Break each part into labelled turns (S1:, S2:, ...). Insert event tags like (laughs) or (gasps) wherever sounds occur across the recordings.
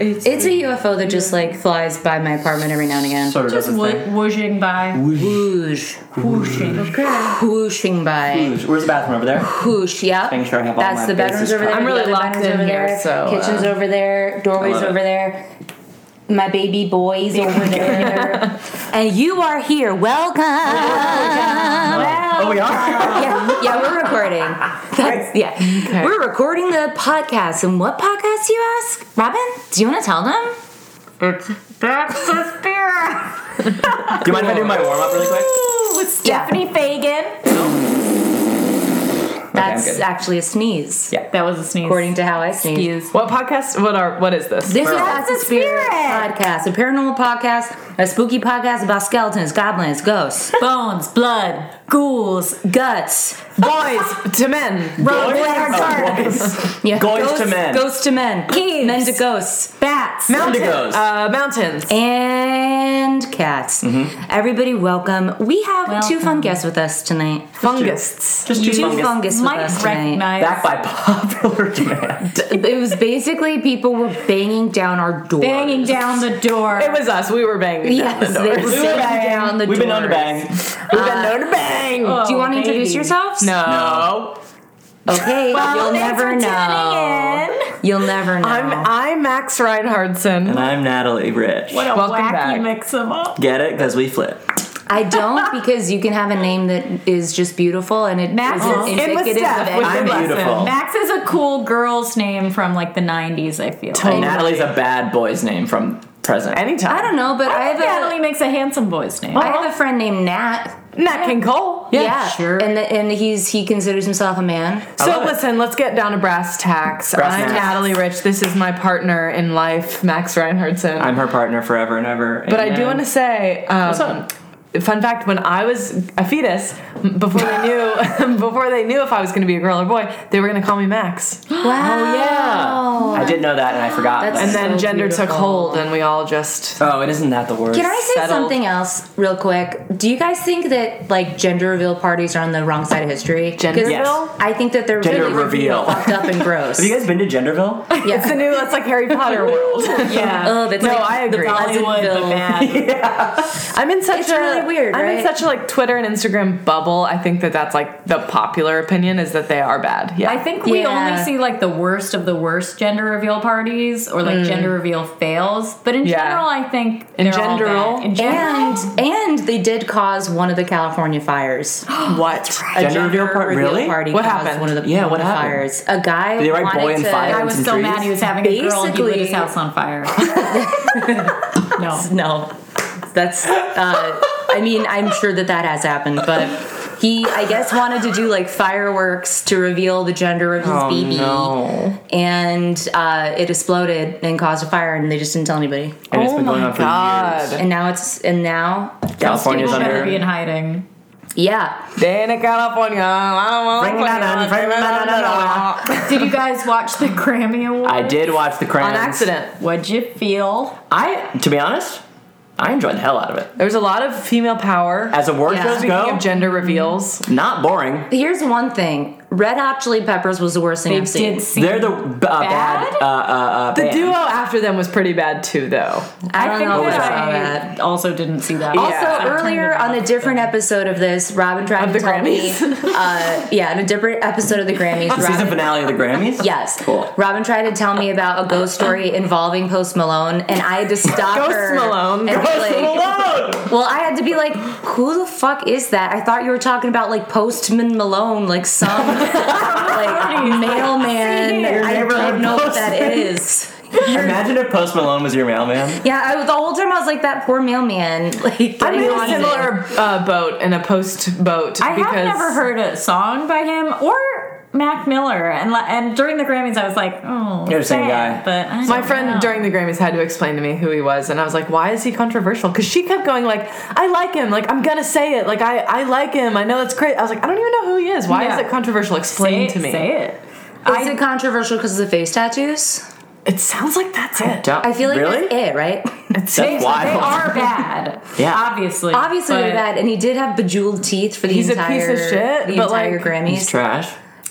S1: It's,
S2: It's a UFO that just like flies by my apartment every now and again.
S3: Sort of does
S1: just
S3: its
S1: wo-
S3: thing.
S1: whooshing by.
S2: Whoosh,
S1: Whooshing. Okay.
S2: whooshing by,
S3: Where's the bathroom over there? Oh.
S2: whoosh. Yep.
S3: Making sure I have all
S2: That's
S3: my
S2: the bedrooms
S3: bases
S2: over there.
S1: covered. I'm really
S2: the other
S1: locked
S2: bedrooms
S1: in
S2: over
S1: here,
S2: there.
S1: so, uh,
S2: kitchens over there, doorways
S3: I love
S2: over
S3: it.
S2: there. My baby boys over there, (laughs) and you are
S1: (laughs)
S2: here. Welcome.
S3: Oh, we are.
S2: yeah, yeah, we're recording. That's, yeah, we're recording the podcast. And what podcast, do you ask, Robin? Do you want to tell them?
S1: It's that's the spirit.
S3: do you mind if I do my warm up really quick?
S1: Ooh, it's Stephanie Fagan.
S2: That's
S3: good.
S2: actually a sneeze,
S3: Yeah.
S1: That was a sneeze.
S2: according to how I sneeze.
S1: What podcast? What are? What is this?
S2: This is That's the Spirit podcast, a paranormal podcast, a spooky podcast about skeletons, goblins, ghosts,
S1: Bones, blood,
S2: ghouls, guts.
S1: boys to men,
S2: Boys?
S1: boys,
S3: Oh, boys.
S2: Yeah,
S3: Ghosts to men.
S2: Ghosts to men.
S1: Thieves.
S2: Men to ghosts.
S1: bats,
S3: Indigos.
S1: uh, mountains.
S2: And cats. Everybody, welcome. We have two fun guests with us tonight.
S1: fungusts.
S3: Just two
S2: Two
S3: fungus.
S2: fungus with
S1: Might
S2: us tonight.
S1: recognize
S3: Back by popular demand.
S2: It was basically people were banging down our door.
S1: banging down the door.
S4: It was us. We were banging.
S2: Yes, they
S4: down
S2: were
S4: the doors.
S2: banging down the door.
S3: We've been known to bang.
S4: We've been known to bang.
S2: Do you want
S1: Oh,
S2: to introduce
S1: baby.
S2: yourselves?
S4: no.
S2: Okay, you'll
S4: thanks
S2: never
S4: for
S2: know. You'll never know.
S4: I'm uh, I'm Max Reinhardson.
S3: And I'm Natalie Rich.
S1: What a
S4: Welcome
S1: wacky
S4: back.
S1: mix 'em up.
S3: Get it? Because we flip.
S2: I don't because you can have a name that is just beautiful and it
S1: Max
S2: isn't
S1: is-
S4: it was
S2: indicative of
S4: Steph.
S2: any-
S4: With-
S3: I'm
S4: lesson.
S3: beautiful.
S1: Max is a cool girl's name from like the '90s. I feel. Like.
S3: And Natalie's a bad boy's name from present.
S4: Anytime.
S2: I don't know, but I,
S1: I think
S2: have
S1: Natalie
S2: a
S1: makes a handsome boy's name.
S2: I have a friend named Nat.
S4: Nat King Cole.
S2: Yeah,
S1: sure.
S2: And the, and he's he considers himself a
S4: (gasps)
S2: man.
S4: So
S3: love it.
S4: listen, let's get down to brass tacks.
S3: Brass
S4: I'm
S3: tacks.
S4: Natalie Rich. This is my partner in life, Max Reinhardson.
S3: I'm her partner forever and ever.
S4: but I do want to say, um, fun fact: when I was a fetus, m- before they knew (laughs) before they knew if I was going to be a girl or boy, they were going to call me Max.
S2: Wow. Oh
S3: Yeah. I did know that and I forgot.
S2: That's-
S4: And
S3: but-
S4: then
S2: So
S4: gender took
S2: beautiful.
S4: hold, and we all just
S3: oh, and isn't that the worst?
S2: Can I say
S4: Settled.
S2: something else real quick? Do you guys think that like gender reveal parties are on the wrong side of history? 'Cause
S4: Gender Yes.
S3: reveal?
S2: I think that they're
S3: Gender
S2: really
S3: reveal.
S2: fucked up and gross.
S3: Have you guys been to Genderville?
S2: yeah.
S4: it's the new. That's like Harry Potter world.
S1: yeah.
S2: Oh, that's
S4: No,
S2: like
S4: I agree.
S2: The
S1: Hollywood,
S2: Pleasantville.
S1: but bad.
S4: I'm in such
S2: It's
S4: a
S2: really weird,
S4: I'm in
S2: right?
S4: such a like Twitter and Instagram bubble. I think that that's like the popular opinion is that they are bad. Yeah,
S1: I think we
S2: Yeah.
S1: only see like the worst of the worst gender reveal parties or like gender reveal fails. But in
S4: Yeah.
S1: general, I think
S4: In
S1: they're all
S4: general.
S1: bad. in general,
S2: And and they did cause one of the California
S3: (gasps)
S2: fires.
S4: what
S2: A
S3: Gender reveal part- really?
S2: party
S4: What
S2: caused
S4: happened?
S2: One of the
S3: Yeah, what
S2: the
S3: happened?
S2: Fires. A guy.
S3: Did they write
S2: wanted
S3: boy and
S2: to-
S3: fire?
S1: I was
S3: Some
S1: so
S3: trees?
S1: mad he was having a girl and he lit his
S2: Basically-
S1: house on fire. no.
S2: (laughs) No, that's. Uh, I mean, I'm sure that that has happened, but he, I guess, wanted to do like fireworks to reveal the gender of his
S3: Oh,
S2: baby,
S3: no.
S2: and uh, it exploded and caused a fire, and they just didn't tell anybody.
S3: And it's
S4: Oh
S3: been going
S4: my
S3: on for
S4: God.
S3: years.
S2: And now it's and now,
S3: California's
S1: People better be in
S3: under.
S1: hiding.
S2: yeah,
S4: Dan in California. I don't want
S3: Bring that on, bring that on.
S1: Did you guys watch the Grammy Awards?
S3: I did watch the Crowns.
S4: on accident.
S1: What'd you feel?
S3: I, to be honest, I enjoyed the hell out of it.
S4: There's a lot of female power.
S3: As award
S2: Yeah.
S3: shows
S4: speaking
S3: go,
S4: of gender reveals,
S3: not boring.
S2: Here's one thing: Red Hot Chili Peppers was the worst thing
S1: They
S2: I've seen.
S1: did see.
S3: They're the b- uh, bad.
S1: Bad?
S3: Uh, uh, uh,
S4: the
S3: band.
S4: duo after them was pretty bad too, though.
S2: I don't know if I
S1: that
S2: saw
S1: I
S2: that.
S1: also didn't see that.
S2: Also, earlier on a different episode of this, Robin tried
S4: Of
S2: to
S4: the
S2: tell me. Uh, yeah, in a different episode of the Grammys,
S3: Season
S2: Robin.
S3: finale of the Grammys.
S2: Yes.
S3: Cool.
S2: Robin tried to tell me about a ghost story involving Post Malone, and I had to stop
S4: Ghost
S2: her.
S4: Malone.
S2: And be
S3: Post
S2: like,
S3: Malone.
S2: Well, I had to be like, who the fuck is that? I thought you were talking about like Postman Malone, like
S4: (laughs)
S2: some like mailman.
S3: Your
S2: I
S3: neighborhood
S2: don't know what that
S3: postman.
S2: is.
S3: Imagine if Post Malone was your mailman.
S2: Yeah, I, the whole time I was like, that poor mailman. Like,
S4: I'm
S2: getting
S4: in a
S2: haunted.
S4: similar uh, boat in a post boat.
S1: I
S4: because
S1: have never heard a song by him or Mac Miller, and la- and during the Grammys, I was like, oh,
S3: You're the same
S1: sad,
S3: guy.
S1: But I
S4: My
S1: don't
S4: friend
S1: know.
S4: during the Grammys had to explain to me who he was, and I was like, "Why is he controversial?" Because she kept going like, "I like him. Like I'm gonna say it. Like I, I like him. I know that's great." I was like, "I don't even know who he is. Why
S1: Yeah.
S4: is it controversial?
S1: say
S4: Explain
S1: it,
S4: to me."
S1: say it.
S2: Is it controversial because of the face tattoos?
S4: It sounds like that's it.
S3: Don't-
S2: I feel like
S3: really.
S2: that's it, right?
S4: It's
S3: That's
S1: They
S3: wild.
S1: are bad.
S3: (laughs) Yeah.
S1: obviously.
S2: Obviously,
S1: but
S2: they're bad, and he did have bejeweled teeth for the
S4: He's a
S2: entire
S4: piece of shit,
S2: the
S4: but,
S2: entire
S4: like,
S2: Grammys.
S3: It's trash.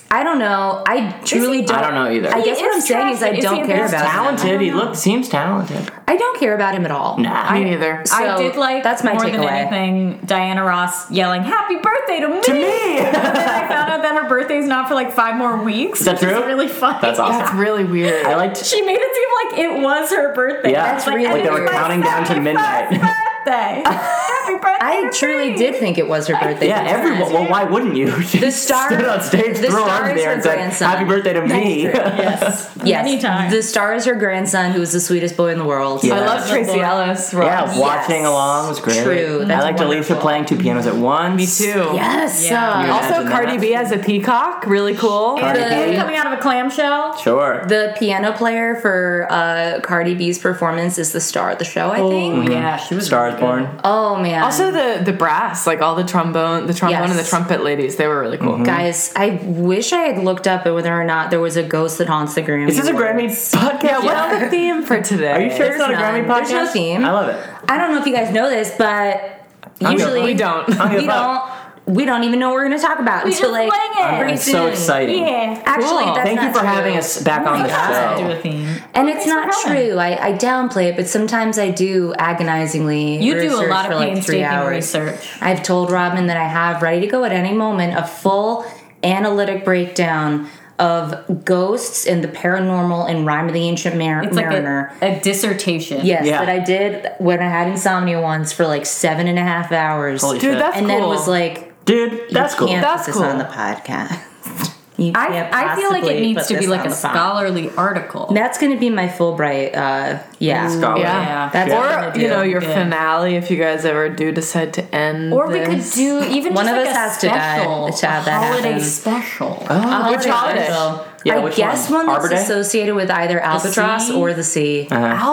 S2: I don't know. I truly don't.
S3: I don't know either.
S2: I guess
S1: He
S2: what I'm
S1: is
S2: saying
S1: trash,
S2: is
S1: but is
S2: I
S1: he
S2: don't
S1: a
S2: care
S1: best
S2: about him.
S1: talent?
S3: Talented. He
S1: I don't know.
S3: looked seems talented.
S2: I don't care about him at all.
S3: Nah.
S4: Me neither.
S1: I
S2: So,
S1: did like
S2: that's my
S1: more than
S2: takeaway.
S1: anything Diana Ross yelling "Happy birthday" to me. To
S3: me! (laughs)
S1: and then I found out that her birthday's not for like five more weeks. Is
S3: that true?
S1: really funny.
S3: That's awesome.
S4: That's really weird.
S3: I liked.
S1: (laughs) She made it seem like it was her birthday.
S3: Yeah.
S1: I was
S3: That's really
S1: and
S3: Like they
S1: it's
S3: were
S1: my
S3: counting down to
S1: 71st
S3: midnight.
S2: (laughs)
S1: Birthday. Happy birthday.
S2: I
S1: (laughs) to
S2: truly
S1: me.
S2: did think it was her birthday.
S3: Yeah, everyone. Well, why wouldn't you? (laughs)
S2: (laughs)
S3: She
S2: The star-
S3: stood on stage,
S2: the
S3: threw her
S2: star
S3: arms
S2: is
S3: there,
S2: her
S3: and said,
S2: grandson.
S3: "Happy birthday to me." (laughs)
S1: Yes.
S2: Yes.
S1: Many times.
S2: The star is her grandson, who is the sweetest boy in the world.
S3: Yeah.
S4: I love Tracy Ellis. Ross.
S3: yeah, watching along was great.
S2: True,
S3: I
S2: that's
S3: liked Elisa
S2: wonderful.
S3: playing two pianos at once.
S4: Me too.
S2: Yes.
S4: Yeah.
S2: uh,
S4: Also,
S3: Imagine
S4: Cardi
S3: that.
S4: B as a peacock, really cool.
S3: Cardi
S1: And
S3: B.
S1: coming out of a clamshell.
S3: Sure.
S2: the piano player for uh, Cardi B's performance is the star of the show.
S3: Oh,
S2: I think.
S1: yeah, she was
S3: Stars Born.
S2: Oh man.
S4: Oh. Also, the the brass, like all the trombone, the trombone
S2: Yes. Mm-hmm.
S4: and the trumpet ladies, they were really cool.
S3: Hmm?
S2: Guys, I wish I had looked up whether or not there was a ghost that haunts the Grammy.
S3: Is this a
S2: Awards.
S3: Grammy podcast?
S4: Yeah, what's the theme for today?
S3: Are you sure it's not a
S2: There's
S3: Grammy
S2: none.
S3: podcast?
S2: There's no theme.
S3: I love it.
S2: I don't know if you guys know this, but usually
S4: We don't.
S3: give
S2: We
S3: up.
S2: don't. We don't even know what we're going to talk about
S1: We
S2: until
S1: just
S2: like
S1: wing it. I'm
S2: pretty
S3: I'm so
S2: soon.
S3: excited.
S1: Yeah.
S2: Actually,
S4: Cool.
S2: that's
S3: Thank you
S2: not
S3: for
S2: true.
S3: having us back on the
S1: Let's do
S3: show.
S1: a theme.
S2: And it's not
S1: Thanks for having.
S2: true. I, I downplay it, but sometimes I do agonizingly.
S1: You do a
S2: research
S1: lot
S2: for
S1: of
S2: like three
S1: painstaking
S2: hours.
S1: research.
S2: I've told Robin that I have ready to go at any moment a full analytic breakdown of ghosts and the paranormal and Rhyme of the Ancient Mar-
S1: It's like
S2: Mariner.
S1: a, a dissertation.
S2: yes,
S3: Yeah.
S2: that I did when I had insomnia once for like seven and a half hours,
S3: Holy
S4: Dude,
S3: shit.
S4: that's
S2: and
S4: cool.
S2: then was like,
S3: Dude, that's
S2: you
S3: cool.
S2: Can't
S4: That's
S2: put this
S4: cool.
S2: on the podcast. (laughs) You can't
S1: I, I feel like it
S2: possibly
S1: needs
S2: put
S1: to be
S2: this
S1: like
S2: on
S1: a
S2: the pod.
S1: scholarly article.
S2: That's going to be my Fulbright. Uh, yeah.
S3: Scholar.
S4: Yeah.
S1: Yeah.
S2: That's what I'm
S4: or
S2: gonna
S4: you
S2: do.
S4: know your
S1: Yeah.
S4: finale if you guys ever do decide to end
S1: Or we could
S4: this.
S1: do even
S2: One
S1: just
S2: of
S1: like
S2: us
S1: a
S2: has to die
S1: special,
S2: to have
S1: a
S2: that
S1: holiday
S2: happen.
S1: special.
S3: Oh,
S4: Which holiday?
S2: special.
S3: Yeah,
S2: I
S3: which
S2: guess one,
S3: one?
S2: that's
S3: Arbor Day? Uh-huh.
S2: associated with either albatross
S1: sea?
S2: or the sea.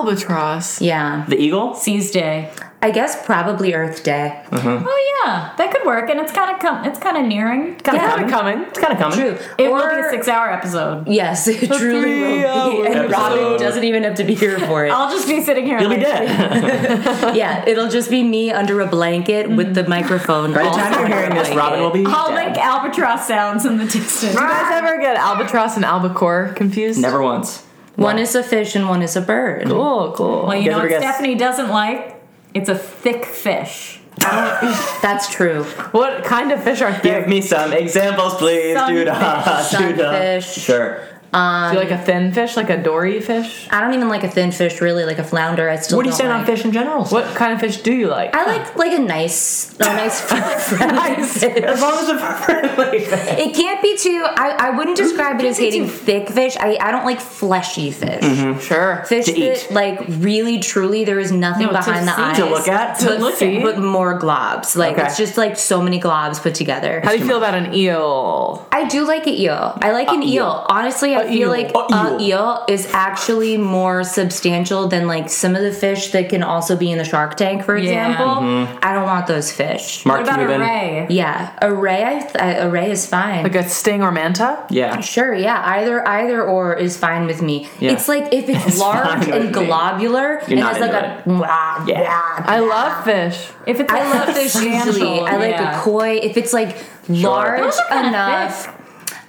S4: albatross.
S2: Yeah,
S3: the Eagle?
S1: Seas Day.
S2: I guess probably Earth Day.
S1: Oh yeah, that could work, and it's kind of com- it's kind of nearing.
S3: Kind
S2: Yeah.
S3: of
S4: Kinda
S3: coming.
S4: coming.
S3: It's kind of coming.
S2: True.
S1: It
S2: or
S1: will be a six-hour episode.
S2: yes, (laughs) it
S4: three
S2: truly will be.
S4: hour
S2: And Robin
S3: episode.
S2: doesn't even have to be here for it.
S1: I'll just be sitting here.
S3: You'll be
S1: like,
S2: (laughs)
S3: dead.
S2: yeah, it'll just be me under a blanket with the microphone.
S3: Mm-hmm. By the time you're
S2: (laughs)
S3: hearing this, Robin will be
S1: I'll
S3: dead.
S1: make albatross sounds in the distance.
S4: Do you guys ever get albatross and albacore confused?
S3: Never once.
S2: One is a fish and one is a bird.
S4: Cool, cool.
S1: Well, you
S3: guys
S1: know
S3: ever
S1: what
S3: guess-
S1: Stephanie doesn't like? It's a thick fish.
S2: That's true.
S4: what kind of fish are thick?
S3: Give me some examples, please. Dude,
S2: Sunfish. Sunfish.
S3: Sure.
S4: do you like a thin fish, like a dory fish?
S2: I don't even like a thin fish, really. Like a flounder, I still.
S3: What do you
S2: don't
S3: stand
S2: like.
S3: on fish in general?
S4: What kind of fish do you like?
S2: I like like a nice, a nice friendly fish.
S3: As long as it's friendly.
S2: It can't be too. I, I wouldn't describe it as
S1: be
S2: hating
S1: too-
S2: thick fish. I, I don't like fleshy fish.
S4: sure.
S2: Fish
S3: Mm-hmm. To
S2: that
S3: eat.
S2: like really truly there is nothing
S1: No, to
S2: behind the
S1: see.
S2: eyes.
S3: to look at.
S4: To look
S2: See?
S4: at.
S2: But more globs. Like
S3: Okay.
S2: it's just like so many globs put together.
S4: How do you feel about an eel?
S2: I do like an eel. I like an eel. Honestly, I feel
S4: eel.
S2: like
S3: A
S2: a
S3: eel.
S2: eel is actually more substantial than like some of the fish that can also be in the shark tank, for
S1: Yeah.
S2: example. I don't want those fish.
S1: What
S3: Mark
S1: about
S3: Cuban.
S1: a ray?
S2: Yeah, a ray. I th- a ray is fine.
S4: Like a sting or manta?
S3: Yeah.
S2: Sure, yeah. Either either or is fine with me.
S3: Yeah.
S2: It's like if it's, large
S3: fine with
S2: and
S3: me.
S2: globular and
S3: not
S2: it's like a
S3: into
S2: blah,
S3: Yeah.
S2: blah,
S4: I love fish.
S1: If it's
S2: (laughs) I love fish usually. I like a koi. If it's like large
S1: Those are kinda
S2: enough.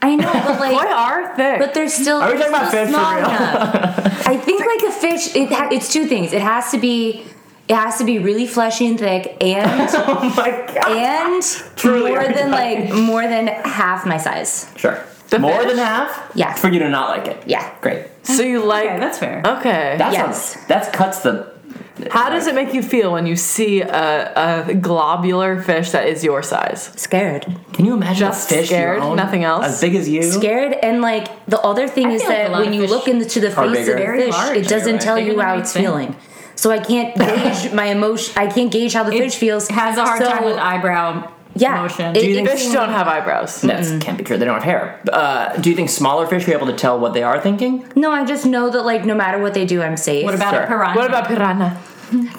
S2: I know, but
S4: (laughs) Koi
S2: like
S4: are thick.
S2: but they're still,
S3: Are we talking about
S2: still
S3: fish for
S2: small
S3: real?
S2: enough. I think like a fish it ha- it's two things. It has to be it has to be really fleshy and thick and
S3: (laughs) Oh my god.
S2: and
S3: (laughs) Truly
S2: more
S3: are
S2: than like more than half my size.
S3: Sure.
S4: The
S3: More
S4: fish?
S3: than half?
S2: Yeah.
S3: For you to not like it.
S2: Yeah.
S3: Great.
S4: so you like
S1: Okay, that's
S2: Oh,
S1: fair.
S4: Okay.
S3: That's
S2: Yes.
S3: a- that cuts the
S4: How does it make you feel when you see a, a globular fish that is your size?
S2: Scared.
S3: Can you imagine
S4: Just
S3: a fish you
S4: scared,
S3: own?
S4: nothing else?
S3: As big as you?
S2: scared and like the other thing
S1: I
S2: is
S1: feel like
S2: that
S1: a lot
S2: when
S1: of
S2: you
S1: fish
S2: look into the
S3: are
S2: face
S3: bigger.
S2: of the
S1: Very
S2: fish
S1: large,
S2: it
S3: you're
S2: doesn't
S3: right.
S2: tell
S1: Bigger
S2: you
S1: than
S2: how
S1: you
S2: it's
S1: think.
S2: feeling so i
S3: (laughs)
S2: can't gauge my emotion i can't gauge how the fish feels
S1: has a hard
S2: So,
S1: time with eyebrow
S2: yeah
S1: motion.
S2: it-
S1: Do you
S2: it
S4: Fish
S2: can-
S4: don't have eyebrows.
S3: That can't be true. They don't have hair. Uh, do you think smaller fish are able to tell what they are thinking?
S2: no i just know that like no matter what they do i'm safe
S1: What about
S3: Sure.
S1: a piranha?
S4: What about piranha?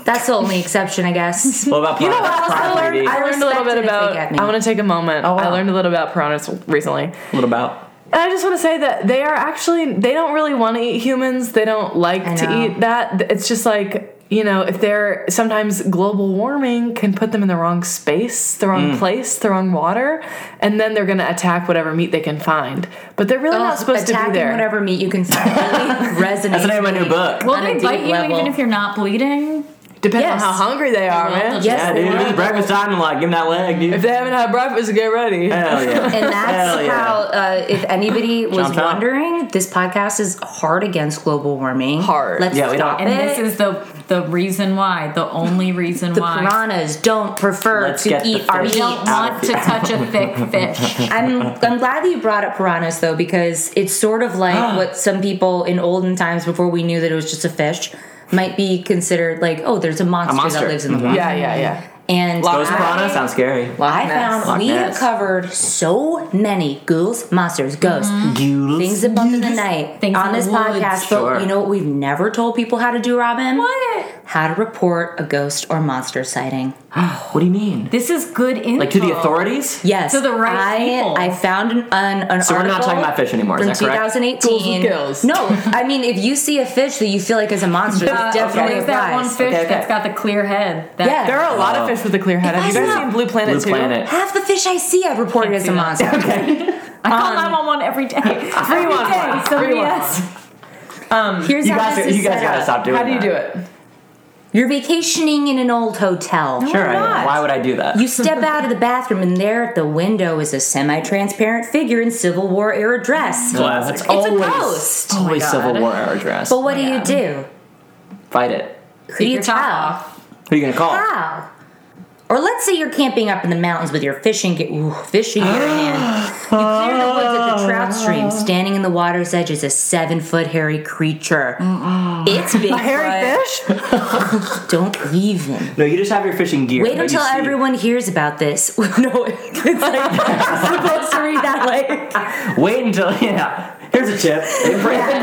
S2: that's the only exception i guess
S3: What about
S4: You know what
S3: piranhas?
S4: else I
S3: Probably
S4: learned?
S3: be
S4: I
S2: I
S4: learned a little
S2: respect
S4: bit
S2: it if they
S4: about.
S2: get me.
S4: I want to take a moment.
S3: Oh, wow.
S4: I learned a little about piranhas recently.
S3: a little about.
S4: And I just want to say that they are actually they don't really want to eat humans. They don't like
S2: I
S4: to
S2: know.
S4: eat that. It's just like you know, if they're sometimes global warming can put them in the wrong space, the wrong place, the wrong water, and then they're going to attack whatever meat they can find. But they're really not supposed to be
S2: Oh, attacking
S4: there.
S2: whatever meat you can find really resonates.
S3: That's the name of my
S2: with
S3: new
S2: me
S3: book.
S1: Will
S2: on a
S1: they
S2: deep
S1: bite you
S2: level.
S1: even if you're not bleeding?
S4: Depends
S2: Yes.
S4: on how hungry they are, man.
S2: Yes,
S3: yeah,
S2: they
S3: dude,
S2: will.
S3: it's breakfast time. Like, give him that leg, dude.
S4: If they haven't had breakfast, get ready.
S3: (laughs) Hell yeah.
S2: (laughs) And
S3: Hell
S2: that's
S3: yeah.
S2: how, uh, if anybody was
S3: Chomp chomp.
S2: wondering, this podcast is hard against global warming.
S4: Hard.
S2: Let's
S3: Yeah, we
S2: stop
S3: don't-
S1: And this
S2: it.
S1: is the the reason why, the only reason
S2: the
S1: why.
S2: piranhas don't prefer
S3: Let's get
S2: to
S3: the
S2: eat our
S1: We
S3: fish
S2: meat.
S1: don't want to touch a thick
S2: (laughs)
S1: fish.
S2: I'm I'm glad that you brought up piranhas though because it's sort of
S3: (gasps)
S2: like what some people in olden times before we knew that it was just a fish might be considered like oh there's a monster,
S3: monster. Mm-hmm.
S2: that lives in the water
S4: Yeah, yeah, yeah.
S2: and
S3: Those
S2: I-
S3: piranha sounds scary.
S2: I
S4: Ness.
S2: found
S3: Loch
S2: we
S3: Ness.
S2: have covered so many ghouls, monsters, ghosts,
S3: Mm-hmm.
S2: things above in the night
S1: Things
S2: on
S1: in the
S2: this
S1: woods.
S2: podcast.
S3: Sure.
S2: But you know what? We've never told people how to do, Robin.
S1: What?
S2: How to report a ghost or monster sighting.
S3: What do you mean?
S1: This is good info.
S3: Like to the authorities?
S2: Yes.
S1: To the right
S2: I,
S1: people.
S2: I found an, an, an
S3: So we're not
S2: article
S3: talking about fish anymore, is
S2: From
S3: that correct?
S2: 2018.
S4: Ghouls with gills.
S2: No, I mean if you see a fish that you feel like is a monster,
S1: Uh,
S2: that definitely
S1: there's
S2: applies.
S1: that one fish
S3: Okay, okay.
S1: that's got the clear head. That,
S2: Yeah.
S4: There are a lot
S3: Oh.
S4: of fish with a clear head. Have you
S2: I
S4: guys
S2: saw-
S4: seen Blue Planet
S3: Blue
S4: too?
S3: Planet.
S2: Half the fish I see, I've reported as a monster.
S1: I
S2: Um,
S1: call 911 every
S2: (laughs)
S1: day. Every
S4: one.
S1: day,
S4: Free
S1: somebody
S4: one.
S1: asks.
S2: Here's
S3: You
S2: how
S3: guys,
S2: this is
S3: you guys
S2: set
S3: gotta
S2: up.
S3: stop doing
S4: How do you
S3: that.
S4: do it?
S2: You're vacationing in an old hotel.
S3: Sure, I
S4: Why
S3: am.
S4: not?
S3: Why would I do that?
S2: You step out of the bathroom, and there at the window is a semi transparent figure in Civil War era dress.
S3: Classic.
S2: It's
S3: always,
S2: a ghost.
S3: always
S1: God.
S3: Civil War era dress.
S2: But what do you do?
S3: Fight it.
S2: Who do you
S1: your top
S2: tell?
S1: off.
S3: Who are you gonna call?
S2: How? Or let's say you're camping up in the mountains with your fishing ge- ooh, fishing gear in hand. You clear the woods at the trout stream. Standing in the water's edge is a seven foot hairy creature. It's big.
S4: A hairy fish?
S2: (laughs) Don't even.
S3: No, you just have your fishing gear.
S2: Wait
S3: but you
S2: until
S3: see-
S2: everyone hears about this. (laughs) no, it's like, I'm supposed to read that like.
S3: Wait until (laughs) yeah. Here's
S2: (laughs)
S3: a tip. In par- in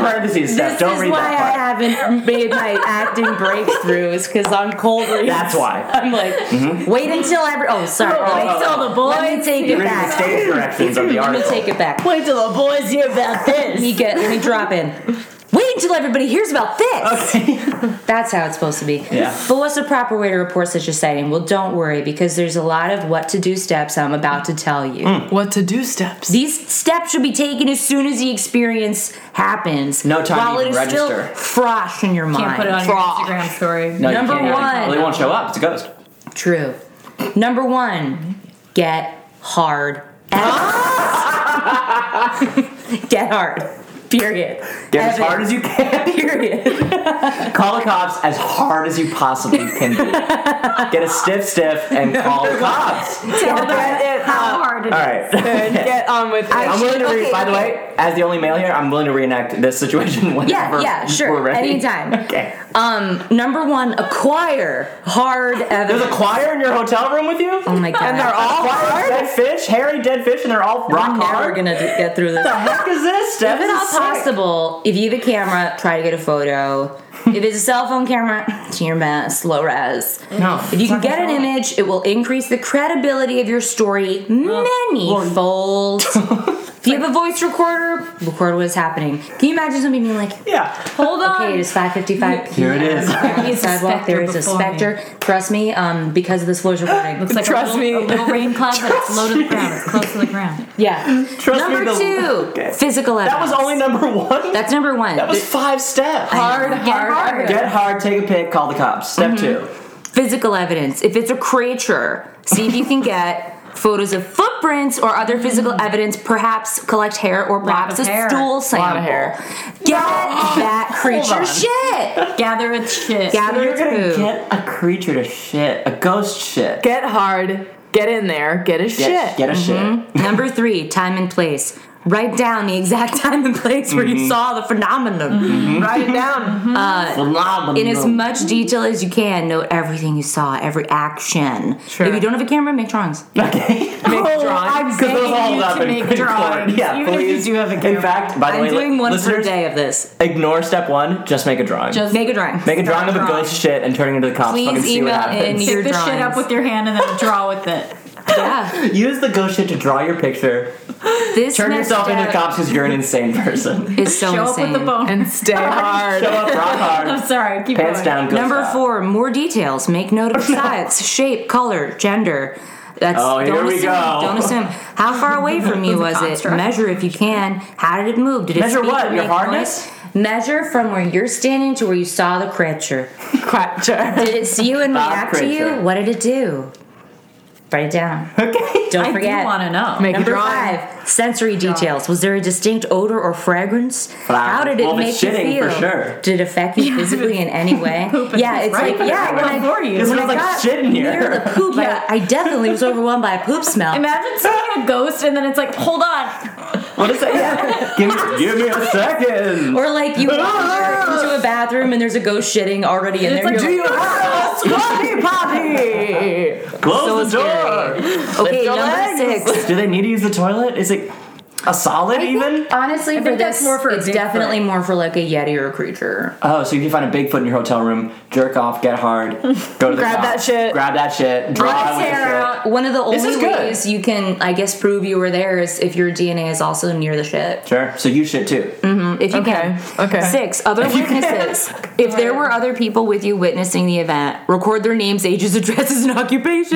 S2: This
S3: parentheses, Steph, don't
S2: is
S3: read
S2: why
S3: that part.
S2: I haven't made my acting breakthroughs because on cold reads,
S3: That's why.
S2: (laughs)
S3: Mm-hmm.
S2: I'm like, wait until every. Oh, sorry.
S3: wait oh, till oh.
S2: the boys. Let me take it
S3: You're reading the
S2: back.
S3: stage
S2: (laughs)
S3: directions of
S2: Let
S3: the
S2: me
S3: (laughs) article.
S2: take it back. Wait till the boys hear about this. Let me get. Let me drop in. Wait until everybody hears about this. That's how it's supposed to be.
S3: Yeah.
S2: But what's the proper way to report such a sighting? Well, don't worry because there's a lot of what to do steps I'm about to tell you.
S4: What to do steps?
S2: These steps should be taken as soon as the experience happens.
S3: No time to
S2: while
S3: even
S2: it is
S3: register.
S2: still fresh in your mind.
S1: Can't put it on your Instagram story.
S3: No, you
S2: Number
S3: can't.
S2: one.
S3: Well, they won't show up. It's a ghost.
S2: True. Number one, get
S3: (laughs)
S2: hard. Evidence. (laughs) get hard. Period.
S3: Get as hard as you
S2: (laughs)
S3: can. (laughs)
S2: Period.
S3: Call the cops as hard as you possibly can be. Get a stiff stiff and call the cops. All
S4: Tell them
S1: How hard it is.
S2: (laughs)
S3: right.
S4: and get on with it.
S3: I'm willing to re-
S2: Okay,
S3: by the
S2: okay.
S3: way, as the only male here, I'm willing to reenact this situation (laughs) whenever
S2: Yeah, yeah,
S3: we're
S2: sure.
S3: ready.
S2: Anytime.
S3: (laughs) Okay.
S2: Um, number one, acquire hard
S3: There's
S2: evidence.
S3: a choir in your hotel room with you?
S2: oh my god.
S4: and they're all
S3: Choir,
S4: hard.
S3: dead fish, hairy dead fish, and they're all rock
S2: I'm never
S3: hard.
S2: gonna do- get through this.
S3: the heck is this, Steph?
S2: If it's
S3: This
S2: not
S3: is sick.
S2: possible, if you have a camera, try to get a photo. if it's a cell phone camera, (laughs) do your best, low res.
S3: No.
S2: If you can get an image, it will increase the credibility of your story many
S3: (laughs)
S2: fold. if you have a voice recorder, record what is happening. Can you imagine somebody being like,
S3: Yeah.
S1: Hold on.
S2: okay, it is 5.55 p.m.
S3: Here it is.
S2: On the
S1: It's a
S2: sidewalk, there is
S1: specter
S2: a
S1: before me.
S2: specter. Trust me, um, because of this
S1: (gasps)
S2: floor's recording.
S1: It's like
S4: Trust
S1: a little,
S4: me.
S1: a little rain cloud, but it's low to the ground. It's close to the ground.
S2: Yeah.
S3: Trust me,
S2: number
S3: the-
S2: two,
S3: okay.
S2: physical evidence.
S3: That was only number one.
S2: That's number one.
S3: that was five
S2: (laughs)
S3: steps.
S2: Hard,
S1: Get
S2: hard,
S1: hard.
S3: Get hard, take a pic, call the cops. Step
S2: Mm-hmm.
S3: two.
S2: physical evidence. If it's a creature, see if you can get photos of footprints or other physical evidence. Perhaps collect hair or perhaps a
S1: of hair.
S2: stool sample.
S4: Lot of hair.
S2: Get that creature
S3: on.
S2: shit.
S1: Gather its shit.
S2: Gather
S3: You're
S2: its
S3: gonna
S2: poo.
S3: get a creature to shit, a ghost shit.
S4: Get hard. Get in there. Get his
S3: Get-
S4: shit.
S3: Get a shit.
S2: Number three, time and place. Write down the exact (laughs) time and place where
S3: Mm-hmm.
S2: you saw the phenomenon.
S4: Write it down.
S3: Phenomenal.
S2: In as much detail as you can, note everything you saw, every action.
S4: Sure.
S2: If you don't have a camera, make drawings.
S3: Okay. Oh,
S4: Make
S1: I'm
S4: drawings.
S3: Because those
S1: begging
S3: all
S1: you
S3: up
S1: to
S3: in
S1: make
S3: good
S1: drawings,
S3: court. Yeah,
S1: even if you
S3: please.
S1: do have a
S3: In
S1: camera.
S3: fact, by the
S2: I'm
S3: way,
S2: doing one per
S3: listeners,
S2: day of this.
S3: ignore step one. Just make a drawing.
S1: Just
S2: Make a drawing.
S3: make a drawing of a
S1: drawing.
S3: ghost shit and turning into the cops.
S2: Please
S3: Fucking see
S2: email
S3: what happens.
S2: in
S1: Pick
S2: your
S1: the shit
S2: drawings. (laughs)
S1: up with your hand and then draw with it.
S3: (laughs)
S2: yeah.
S3: Use the ghost shit to draw your picture.
S2: This
S3: Turn
S2: next
S3: yourself into
S2: out
S3: cops because you're an
S2: (laughs)
S3: insane person.
S2: is so
S1: Show
S2: insane.
S1: up with the bone.
S4: and (laughs) stay hard.
S3: Show up rock
S1: (laughs) I'm
S3: hard,
S1: sorry. Keep
S3: pants
S1: going.
S3: down, go
S2: Number
S3: style.
S2: four, more details. Make note
S1: (laughs)
S2: of size, shape, color, gender. That's
S3: Oh, here
S2: don't
S3: we
S2: assume,
S3: go.
S2: Don't assume. How far away
S1: (laughs)
S2: from you was it?
S1: construct.
S2: Measure if you can. How did it move? Did it
S3: Measure
S2: speak
S3: what?
S2: or
S3: Your
S2: make
S3: hardness?
S2: noise? Measure from where you're standing to where you saw the creature.
S4: Quatcher.
S2: Did it see you and
S3: Bob
S2: react to you?
S3: Cratcher.
S2: What did it do? Write it down.
S3: Okay.
S2: Don't
S1: I
S2: forget.
S1: do want to know.
S4: Make-
S2: Number
S4: Drawing.
S2: five, sensory details. Was there a distinct odor or fragrance?
S3: Flower.
S2: How did it
S3: Well, if
S2: make
S3: it's shitting,
S2: you feel?
S3: for sure.
S2: Did it
S1: (laughs)
S2: affect you physically in any way?
S1: Poop is
S2: yeah, it's
S1: right
S2: like yeah. When I,
S1: before you.
S3: This
S2: when
S3: smells
S2: I
S3: like
S2: got
S3: shit in here.
S2: near the poop,
S1: Yeah.
S2: I, I definitely was overwhelmed by
S1: (laughs)
S2: a poop smell.
S1: Imagine seeing a ghost and then it's like, hold on.
S3: What is that? Yeah. give, me, give me a second.
S2: Or like you wander
S1: (laughs)
S2: into a bathroom and there's a ghost shitting already in
S1: It's
S2: there.
S1: like,
S2: You're
S4: Do you have a squatty potty?
S3: Close
S2: so
S3: the door.
S2: okay,
S4: your
S2: number
S4: legs.
S2: six.
S3: Do they need to use the toilet? Is it a solid
S2: I think,
S3: even?
S2: (laughs) honestly, for
S1: think that's
S2: this,
S1: more for a
S2: it's
S1: Bigfoot.
S2: definitely more for like a yeti or a creature.
S3: Oh, so you can find a Bigfoot in your hotel room, jerk off, get hard, go to the
S4: Grab
S3: top,
S4: that shit.
S3: grab that shit, draw with the shit.
S2: One of the
S3: This is
S2: only
S3: good.
S2: ways you can, I guess, prove you were there is if your DNA is also near the ship.
S3: Sure. So you shit too.
S2: If you
S4: Okay,
S2: can.
S4: okay.
S2: Six, other (laughs) witnesses. if there were other people with you witnessing the event, record their names, ages, (laughs) addresses, and occupations.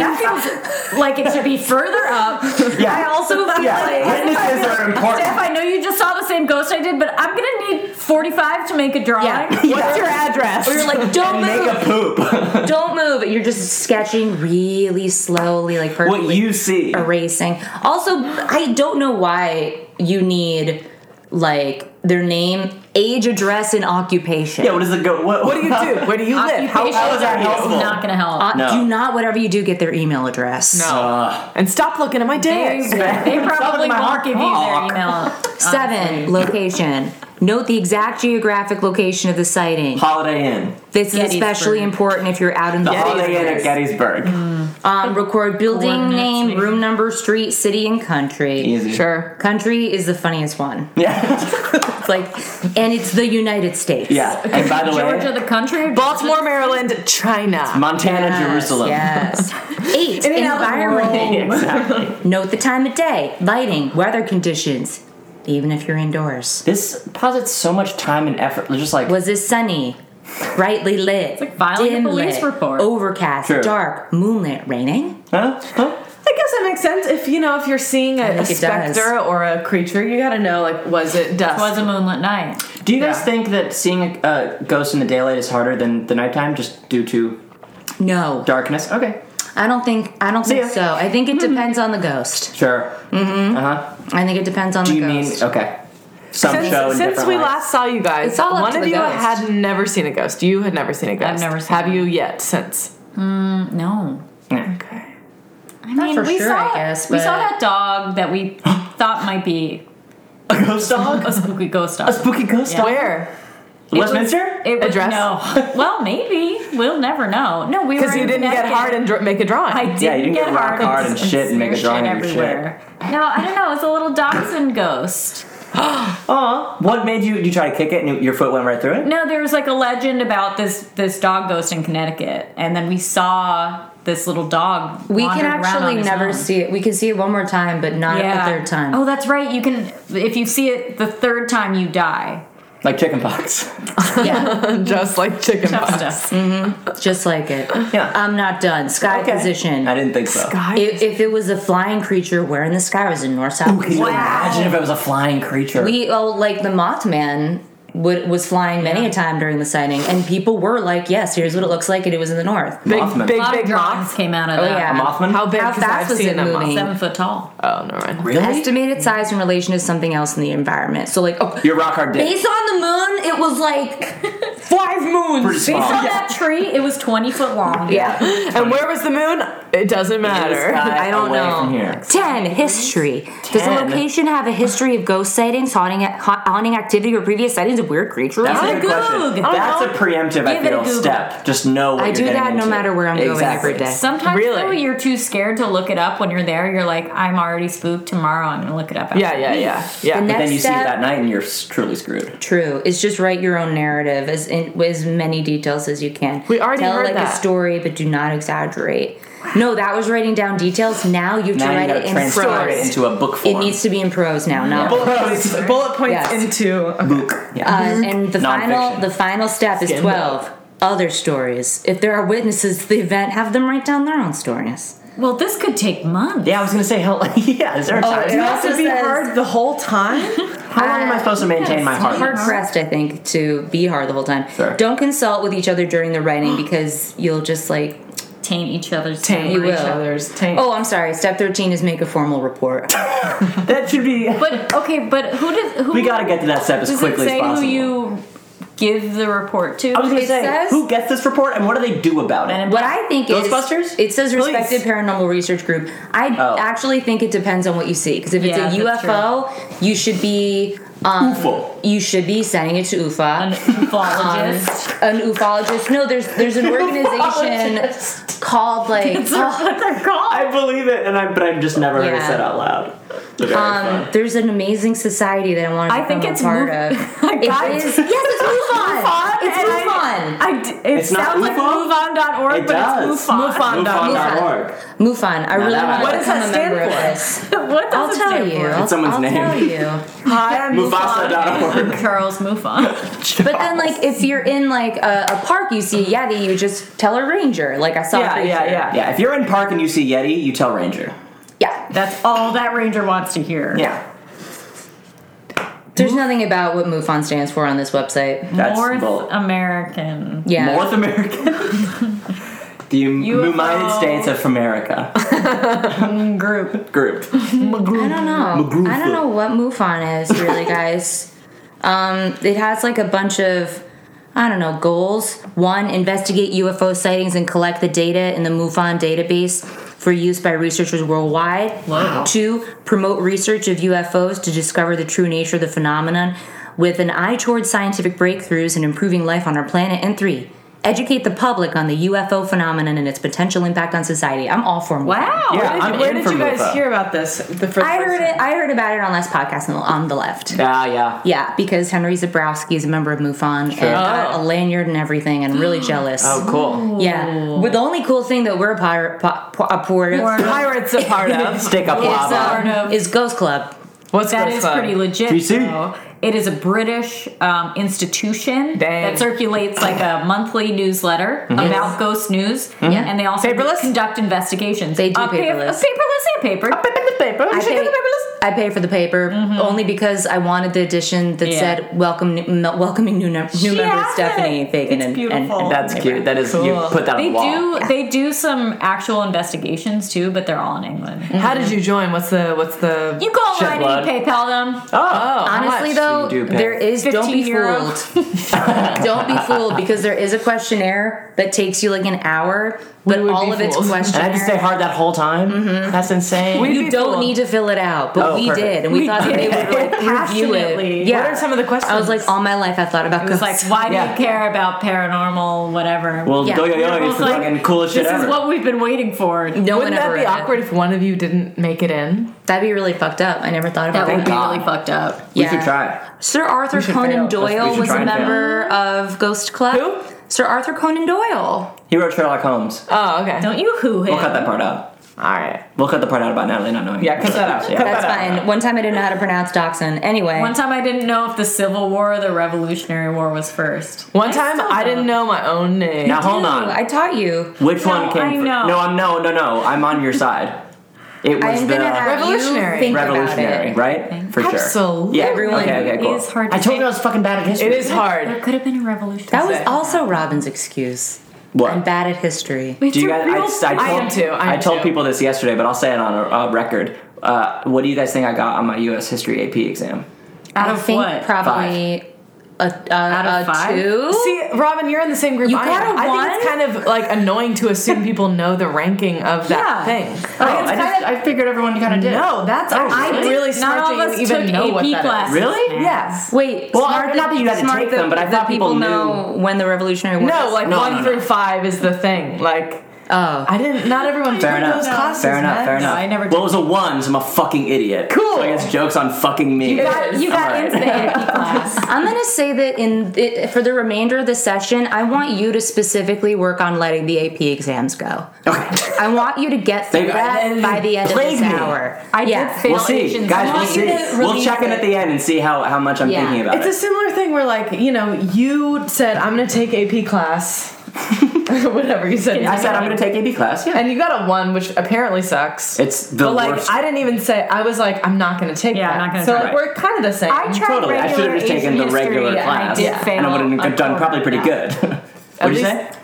S1: Like it should be further up.
S3: Yeah.
S1: I
S2: (laughs)
S1: also feel
S3: Yeah.
S1: like
S3: Witnesses are important.
S1: Steph, I know you just saw the same ghost I did, but I'm gonna need 45 to make a drawing.
S2: Yeah.
S4: What's your address?
S2: Or you're like, don't
S3: Make
S2: move,
S3: a
S2: (laughs)
S3: poop.
S2: don't move. You're just sketching really slowly, like perfectly.
S3: what you see.
S2: erasing. Also, I don't know why you need like their name, age, address, and occupation.
S3: Yeah. What does it go? What,
S4: What do you do? Where do you live?
S1: (laughs)
S4: How-
S1: Occupation
S3: how is that
S1: is
S3: helpful?
S1: not gonna help.
S2: Uh,
S3: No.
S2: Do not, whatever you do, get their email address.
S3: (laughs) Uh,
S4: and stop looking at my dick.
S1: they probably
S3: my
S1: won't give you their
S3: hawk.
S1: email.
S2: Uh, Seven, location. Note the exact geographic location of the sighting.
S3: Holiday Inn.
S2: This is
S1: Gettysburg.
S2: especially important if you're out in the
S3: Holiday Inn at
S2: wilderness.
S3: Gettysburg.
S2: Um, record building
S1: Coordinates,
S2: name,
S1: maybe.
S2: room number, street, city, and country.
S3: Easy.
S4: Sure.
S2: Country is the funniest one.
S3: (laughs) Yeah.
S2: It's like, and it's the United States.
S3: Yeah. And by the
S1: Georgia,
S3: way,
S1: the country, or
S4: Baltimore, Maryland, China.
S3: Montana,
S2: Yes,
S3: Jerusalem. (laughs)
S2: Yes. Eight. environment.
S3: exactly.
S2: Note the time of day, lighting, weather conditions, even if you're indoors.
S3: This posits so much time and effort. They're just like
S2: Was this sunny? Brightly lit.
S1: like filing a police report.
S2: Overcast.
S3: True.
S2: Dark. Moonlit. Raining.
S3: huh? Huh?
S4: I guess that makes sense. If you know, if you're seeing a, a
S2: think it does.
S4: specter or a creature, you got to know like, was it dust?
S1: was a moonlit night.
S3: Do you guys
S4: Yeah.
S3: think that seeing a, a ghost in the daylight is harder than the nighttime, just due to
S2: No,
S3: darkness? Okay,
S2: I don't think. I don't think
S3: ya.
S2: so. I think
S1: Hmm.
S2: it depends on the ghost.
S3: sure. Mm-hmm. Uh huh.
S2: I think it depends on
S3: Do
S2: the
S3: you mean
S2: ghost.
S3: okay? Some show
S4: since
S3: in
S4: since
S3: different
S4: we
S3: lights.
S4: last saw you guys,
S2: It's all up
S4: one
S2: to
S4: of
S2: the
S4: you
S2: ghost.
S4: had never seen a ghost. You had never seen a ghost.
S1: never seen
S4: Have
S1: one.
S4: you yet since?
S1: No.
S4: Okay.
S1: I mean,
S2: for
S1: we
S2: sure,
S1: saw,
S2: I guess,
S1: we saw
S2: but-
S1: that dog that we thought might be
S3: a ghost dog,
S1: (laughs) a spooky ghost dog.
S3: a spooky ghost dog.
S4: Where?
S3: Westminster.
S1: It was
S4: Address?
S1: no. (laughs) Well, maybe we'll never know. No, we were
S4: Because you
S1: in
S4: didn't get
S1: Connecticut.
S4: hard and dr- make a drawing.
S1: I didn't,
S3: Yeah, you didn't
S1: get,
S3: get rock
S1: hard,
S3: hard and shit and make a
S1: smear
S3: drawing of your shit.
S1: everywhere. No, I don't know. It's a little dachshund ghost.
S3: Aw, what made you? Did you try to kick it and your foot went right through it?
S1: No, there was like a legend about this this dog ghost in Connecticut, and then we saw this little dog.
S2: We
S1: wander
S2: can
S1: around on
S2: actually
S1: his
S2: never
S1: own.
S2: see it. We can see it one more time, but not
S1: Yeah.
S2: a third time.
S1: Oh, that's right. You can if you see it the third time, you die.
S3: Like chickenpox.
S2: Yeah,
S4: (laughs) Just like chicken
S1: Tough
S4: pox.
S1: stuff.
S2: just like it.
S3: Yeah.
S2: I'm not done. Sky
S3: Okay.
S2: position.
S3: I didn't think so.
S4: God.
S2: If, if it was a flying creature, where in the sky was it north south?
S3: Could you imagine if it was a flying creature?
S2: We oh, like the Mothman would, was flying many a time during the sighting, and people were like, "Yes, here's what it looks like," and it was in the north.
S4: big,
S3: Mothman.
S1: A
S4: big,
S1: lot of
S4: big
S1: drawings
S4: moth.
S1: came out of
S2: Oh,
S1: that.
S2: yeah.
S3: Mothman.
S4: How big?
S2: How
S4: 'Cause
S2: fast
S4: I've
S2: was
S4: seen
S2: it
S4: that moth.
S2: moving?
S1: Seven foot tall.
S4: Oh, never mind.
S3: really?
S2: Estimated size in relation to something else in the environment. So, like, oh,
S3: Your rock hard dick.
S2: based on the moon, it was like
S3: (laughs)
S2: five moons.
S3: Pretty
S1: Based
S3: small.
S1: on that tree, it was twenty foot
S2: (laughs)
S1: long.
S2: Yeah,
S4: And where was the moon? It doesn't matter.
S2: I don't
S3: away
S2: know.
S3: From here.
S2: Ten history. Does a
S3: Ten?
S2: location have a history of ghost sightings, haunting, haunting activity, or previous sightings of weird creatures?
S3: That's a
S1: Give it
S3: good
S1: a
S3: question.
S1: Goog.
S3: That's a preemptive, I
S1: Give it a
S3: feel,
S1: Google.
S3: step. Just know what
S2: I
S3: you're
S2: do
S3: getting
S2: that no
S3: into.
S2: matter where I'm going
S3: Exactly.
S2: every day.
S1: Sometimes
S4: Really?
S1: though, you're too scared to look it up when you're there. You're like, I'm already spooked. Tomorrow, I'm gonna look it up.
S4: (laughs) Yeah, yeah, yeah, yeah.
S2: The
S3: But
S2: next
S3: then you see
S2: step-
S3: it that night and you're s- truly screwed.
S2: True. It's just write your own narrative as in as many details as you can.
S4: We already
S2: tell
S4: heard
S2: like
S4: that.
S2: a story, but do not exaggerate. No, that was writing down details. Now you have to
S3: Now you
S2: write
S3: gotta
S2: it in
S3: transform it
S2: prose.
S3: into a book
S2: It
S3: form.
S2: needs to be in prose now, not
S4: Bullet points, bullet points
S2: Yes.
S4: into. Okay.
S2: Uh, and the final
S3: Nonfiction.
S2: the final step is
S3: Skin
S2: twelve. Other stories. If there are witnesses to the event, have them write down their own stories.
S1: Well, this could take months.
S3: yeah, I was gonna say hell. (laughs) yeah, is there a time?
S4: You have
S2: Oh, also
S4: to be
S2: says-
S4: hard the whole
S2: (laughs)
S4: time.
S3: How long am I supposed to maintain my heart?
S2: Hard pressed, I think, to be hard the whole time.
S3: Sure.
S2: Don't consult with each other during the writing because you'll just like.
S1: Taint each other's
S4: Taint
S2: You
S4: each
S2: will.
S4: other's taint.
S2: Oh, I'm sorry. Step thirteen is make a formal report.
S3: That should be.
S1: But okay, but who does who?
S3: We gotta get to that step as
S1: does
S3: quickly
S1: it say
S3: as possible.
S1: who you give the report to?
S3: I was gonna
S2: It
S3: say,
S2: says-
S3: who gets this report and what do they do about it?
S1: And
S2: What I think is
S3: Ghostbusters?
S2: It says
S3: Please.
S2: respected paranormal research group. I
S3: Oh.
S2: actually think it depends on what you see because if it's
S1: Yeah,
S2: a
S1: that's true.
S2: UFO, you should be um, (laughs)
S3: Awful.
S2: you should be sending it to UFA.
S1: an
S2: um,
S1: ufologist.
S2: an ufologist. No, there's
S1: (laughs)
S2: there's an organization called like um,
S1: what they're called.
S3: I believe it, and I but I've just never heard it
S2: Yeah.
S3: said out loud. Okay,
S2: um, there's an amazing society that I want to
S1: I
S2: become
S1: think
S2: a
S1: it's
S2: part
S1: Move- (laughs)
S2: of.
S1: God.
S2: it is yes,
S1: (laughs)
S2: it's MUFON. it's
S1: and I-
S2: MUFON.
S1: I d- it
S3: It's not
S1: sounds like
S3: MUFON?
S1: MoveOn.org,
S3: It
S1: but
S3: does.
S1: it's MUFON.
S4: MUFON.
S3: MUFON.org.
S2: MUFON. I really
S3: that
S2: want
S3: one. What
S2: to
S4: does that
S2: become a
S4: stand
S2: member of
S4: for?
S1: (laughs)
S2: this.
S1: what does
S2: I'll
S1: it
S2: tell
S1: stand
S2: you.
S1: for?
S2: I'll,
S3: someone's
S2: I'll
S3: name.
S2: tell you.
S3: (laughs)
S4: Hi, I'm
S3: Mufasa.org.
S1: (laughs) Charles MUFON.
S2: But then, like, if you're in like a, a park, you see a yeti, you just tell a ranger. Like I saw.
S4: Yeah,
S2: a creature.
S4: yeah, yeah.
S3: Yeah, if you're in park and you see Yeti, you tell Ranger.
S2: Yeah.
S1: That's all that ranger wants to hear.
S3: Yeah,
S2: There's nothing about what MUFON stands for on this website.
S3: that's
S1: North
S3: bull.
S1: American.
S2: Yeah.
S3: North American. (laughs) the United
S1: UFO.
S3: States of America
S1: (laughs) group.
S3: group.
S2: I don't know.
S3: Magrufa.
S2: I don't know what MUFON is,
S1: (laughs)
S2: really, guys. um, it has like a bunch of, I don't know, goals. One, investigate UFO sightings and collect the data in the MUFON database for use by researchers worldwide.
S1: Wow.
S2: Two, promote research of UFOs to discover the true nature of the phenomenon with an eye toward scientific breakthroughs and improving life on our planet. And three, educate the public on the UFO phenomenon and its potential impact on society. I'm all for MUFON.
S1: Wow.
S3: Yeah,
S4: Where
S3: I'm
S4: did, where
S3: in
S4: did
S3: for
S4: you guys
S3: MUFON.
S4: hear about this? The first
S2: I heard
S4: person?
S2: it. I heard about it on last podcast on the- on the left.
S3: Yeah, Ah, yeah.
S2: Yeah, because Henry Zabrowski is a member of MUFON and got
S1: Oh.
S2: a lanyard and everything, and
S1: (gasps)
S2: really jealous.
S3: Oh, cool.
S2: Yeah, but the only cool thing that we're a pirate, po- po- a part of
S1: Part
S2: is, (laughs)
S1: of-
S4: Pirates a
S1: (laughs)
S4: part of.
S3: Stick up lava.
S1: Part
S2: uh,
S1: of-
S2: is Ghost Club.
S4: What's
S1: That
S4: Ghost
S1: is
S4: Club?
S1: pretty legit.
S3: GC.
S1: though. It is a British um, institution
S4: Dang.
S1: that circulates like a monthly newsletter
S3: Mm-hmm.
S1: about ghost news, and they also
S4: Paperless?
S1: conduct investigations.
S2: They do
S1: Uh, pa-
S2: paperless.
S1: paperless and paper.
S2: I pay, I pay for the paper only because I wanted the edition that
S1: Mm-hmm. Yeah.
S2: said "Welcome, new- m- welcoming new, num- new
S1: She
S2: member
S1: has
S2: Stephanie
S1: it. It's
S2: Fagan." and, and-
S1: beautiful.
S2: and-
S3: That's cute. That is you
S4: Cool.
S3: put that on
S1: They
S3: the wall.
S1: do. They do some actual investigations too, but they're all in England.
S4: How did you join? What's the what's the
S1: You go
S3: Shit
S1: online and you
S3: blood.
S1: PayPal them.
S3: Oh,
S4: Oh, how
S2: Honestly,
S4: much?
S2: though,
S3: You do pay.
S2: there is. Don't be
S1: 15 euro.
S2: fooled. don't be fooled (laughs) because there is a questionnaire that takes you like an hour, but
S4: would
S2: all
S4: be
S2: of it's
S4: fooled. And I
S2: questionnaire.
S3: and I had to stay hard that whole time. That's insane.
S4: We- It'd
S2: You
S4: be
S2: don't
S4: cool.
S2: need to fill it out, but
S3: Oh,
S2: we
S3: perfect.
S2: did, and we,
S1: We
S2: thought that they
S1: did.
S2: would like review
S1: Passionately.
S2: it.
S1: What
S2: Yeah.
S4: What are some of the questions?
S2: I was like, all my life I thought about
S1: It's
S2: ghosts.
S1: like, why do
S3: Yeah.
S1: you care about paranormal, whatever?
S3: well,
S2: Yeah.
S3: go yo yo
S1: We're
S3: is
S1: both
S3: the
S1: like,
S3: fucking coolest shit
S1: this
S3: ever.
S1: is what we've been waiting for.
S2: no
S4: wouldn't
S2: one
S4: that
S2: ever
S4: be
S2: read it.
S4: awkward if one of you didn't make it in?
S2: That'd be really fucked up. I never thought about
S1: that
S2: that.
S1: would be
S3: God.
S1: really fucked up.
S3: we
S2: yeah.
S3: should try.
S2: Sir Arthur
S4: should
S2: Conan
S4: fail.
S3: Let's- we
S2: Doyle
S3: should
S2: was
S3: try
S2: a
S3: and fail.
S2: member of Ghost Club.
S4: Who?
S2: Sir Arthur Conan Doyle.
S3: He wrote Sherlock Holmes.
S4: Oh, okay.
S1: Don't you hoo him?
S3: We'll cut that part out.
S4: All right.
S3: We'll cut the part out about Natalie not knowing.
S4: Yeah, cut that out.
S3: Yeah.
S4: Cut
S2: That's
S4: that out.
S2: fine. One time I didn't know how to pronounce Dachshund. Anyway,
S1: One time I didn't know if the Civil War or the Revolutionary War was first.
S4: One time,
S1: still
S4: I
S1: don't.
S4: didn't know my own name.
S3: Now hold on.
S2: Ooh, I taught you.
S3: Which
S1: No,
S3: one came?
S1: I
S3: fir-
S1: know.
S3: No, I'm no, no, no. I'm on your side. It was
S2: I'm
S3: the
S2: gonna have
S4: Revolutionary.
S2: you think
S3: revolutionary,
S2: about it.
S3: right? For sure.
S4: Absolutely.
S3: Yeah.
S2: Everyone
S3: okay, okay, cool.
S1: is hard to
S3: I told
S1: say.
S3: you I was fucking bad at history.
S4: It is
S1: There
S4: hard.
S1: could have been a revolution.
S2: That was
S4: Say.
S2: also Robin's excuse.
S3: What?
S2: I'm bad at history.
S1: It's
S3: Do you
S1: a
S3: guys?
S1: real
S3: I, I told,
S1: thing.
S4: am too, I
S3: I
S4: am
S3: told
S4: too.
S3: people this yesterday, but I'll say it on a, a record. Uh, what do you guys think I got on my U.S. history AP exam?
S1: Out
S2: I
S1: of
S2: think
S1: what?
S2: probably a, a,
S1: Out of
S2: a
S1: five?
S2: two.
S4: See, Robin, you're in the same group.
S2: You
S4: I
S2: got
S4: am.
S2: a
S4: I think it's
S2: one?
S4: kind of like annoying to assume people know the ranking of that
S1: Yeah.
S4: thing.
S3: Oh,
S4: Like, it's
S3: I,
S4: kind
S3: just, I figured everyone kind of did.
S4: No, that's I
S1: I
S4: am
S1: did-
S4: really
S1: not
S4: smart
S1: all of
S4: that
S1: us
S4: you even
S1: took
S4: know
S1: AP
S4: what that is.
S1: classes.
S3: Really?
S1: man.
S4: Yes.
S2: Wait,
S3: Well,
S2: smart
S3: I- not that you had to
S2: smart
S3: take them, but I
S2: that
S3: thought people
S2: know when the Revolutionary War.
S4: No, like
S3: No,
S4: one
S3: no, no.
S4: through five is the thing. Like
S2: Oh.
S4: I didn't. Not everyone
S3: Fair
S4: took
S3: enough.
S4: those classes.
S3: fair enough.
S4: man.
S3: Fair
S1: No,
S3: enough.
S1: I never
S3: Well, it was a one, so I'm a fucking idiot. Cool. So I guess jokes on fucking me.
S1: You got, you got
S3: Alright.
S1: into the (laughs) AP class.
S2: I'm gonna say that in it, for the remainder of the session, I want you to specifically work on letting the AP exams go.
S3: Okay.
S2: I want you to get through
S3: They-
S2: that
S3: they
S2: by the end of this
S3: plagued me.
S2: hour.
S1: I did fail
S3: We'll see,
S1: Asians.
S3: guys.
S1: I
S3: We'll
S1: want you
S3: see.
S1: to
S3: We'll
S1: release
S3: check in
S1: it.
S3: at the end and see how, how much I'm
S2: Yeah.
S3: thinking about
S4: It's a
S3: it.
S4: similar thing where, like, you know, you said, I'm going to take AP class. (laughs) Whatever you
S3: (laughs)
S4: said.
S3: I said I'm going to take AP class. Yeah.
S4: And you got a one, which apparently sucks.
S3: It's the
S4: But, like,
S3: worst.
S4: I didn't even say, I was like, I'm not going to take
S1: Yeah,
S4: that.
S1: I'm not gonna
S4: so,
S1: take
S4: like,
S1: it.
S4: we're kind of the same.
S1: I tried
S3: totally. I should
S1: regular
S3: have just
S1: Asian
S3: taken the
S1: history,
S3: regular
S1: and
S3: class,
S1: I did fail.
S3: and I would have
S1: a
S3: done probably pretty
S1: quarter of
S3: good. (laughs)
S4: At
S3: What'd you
S4: least-
S3: say?
S1: that.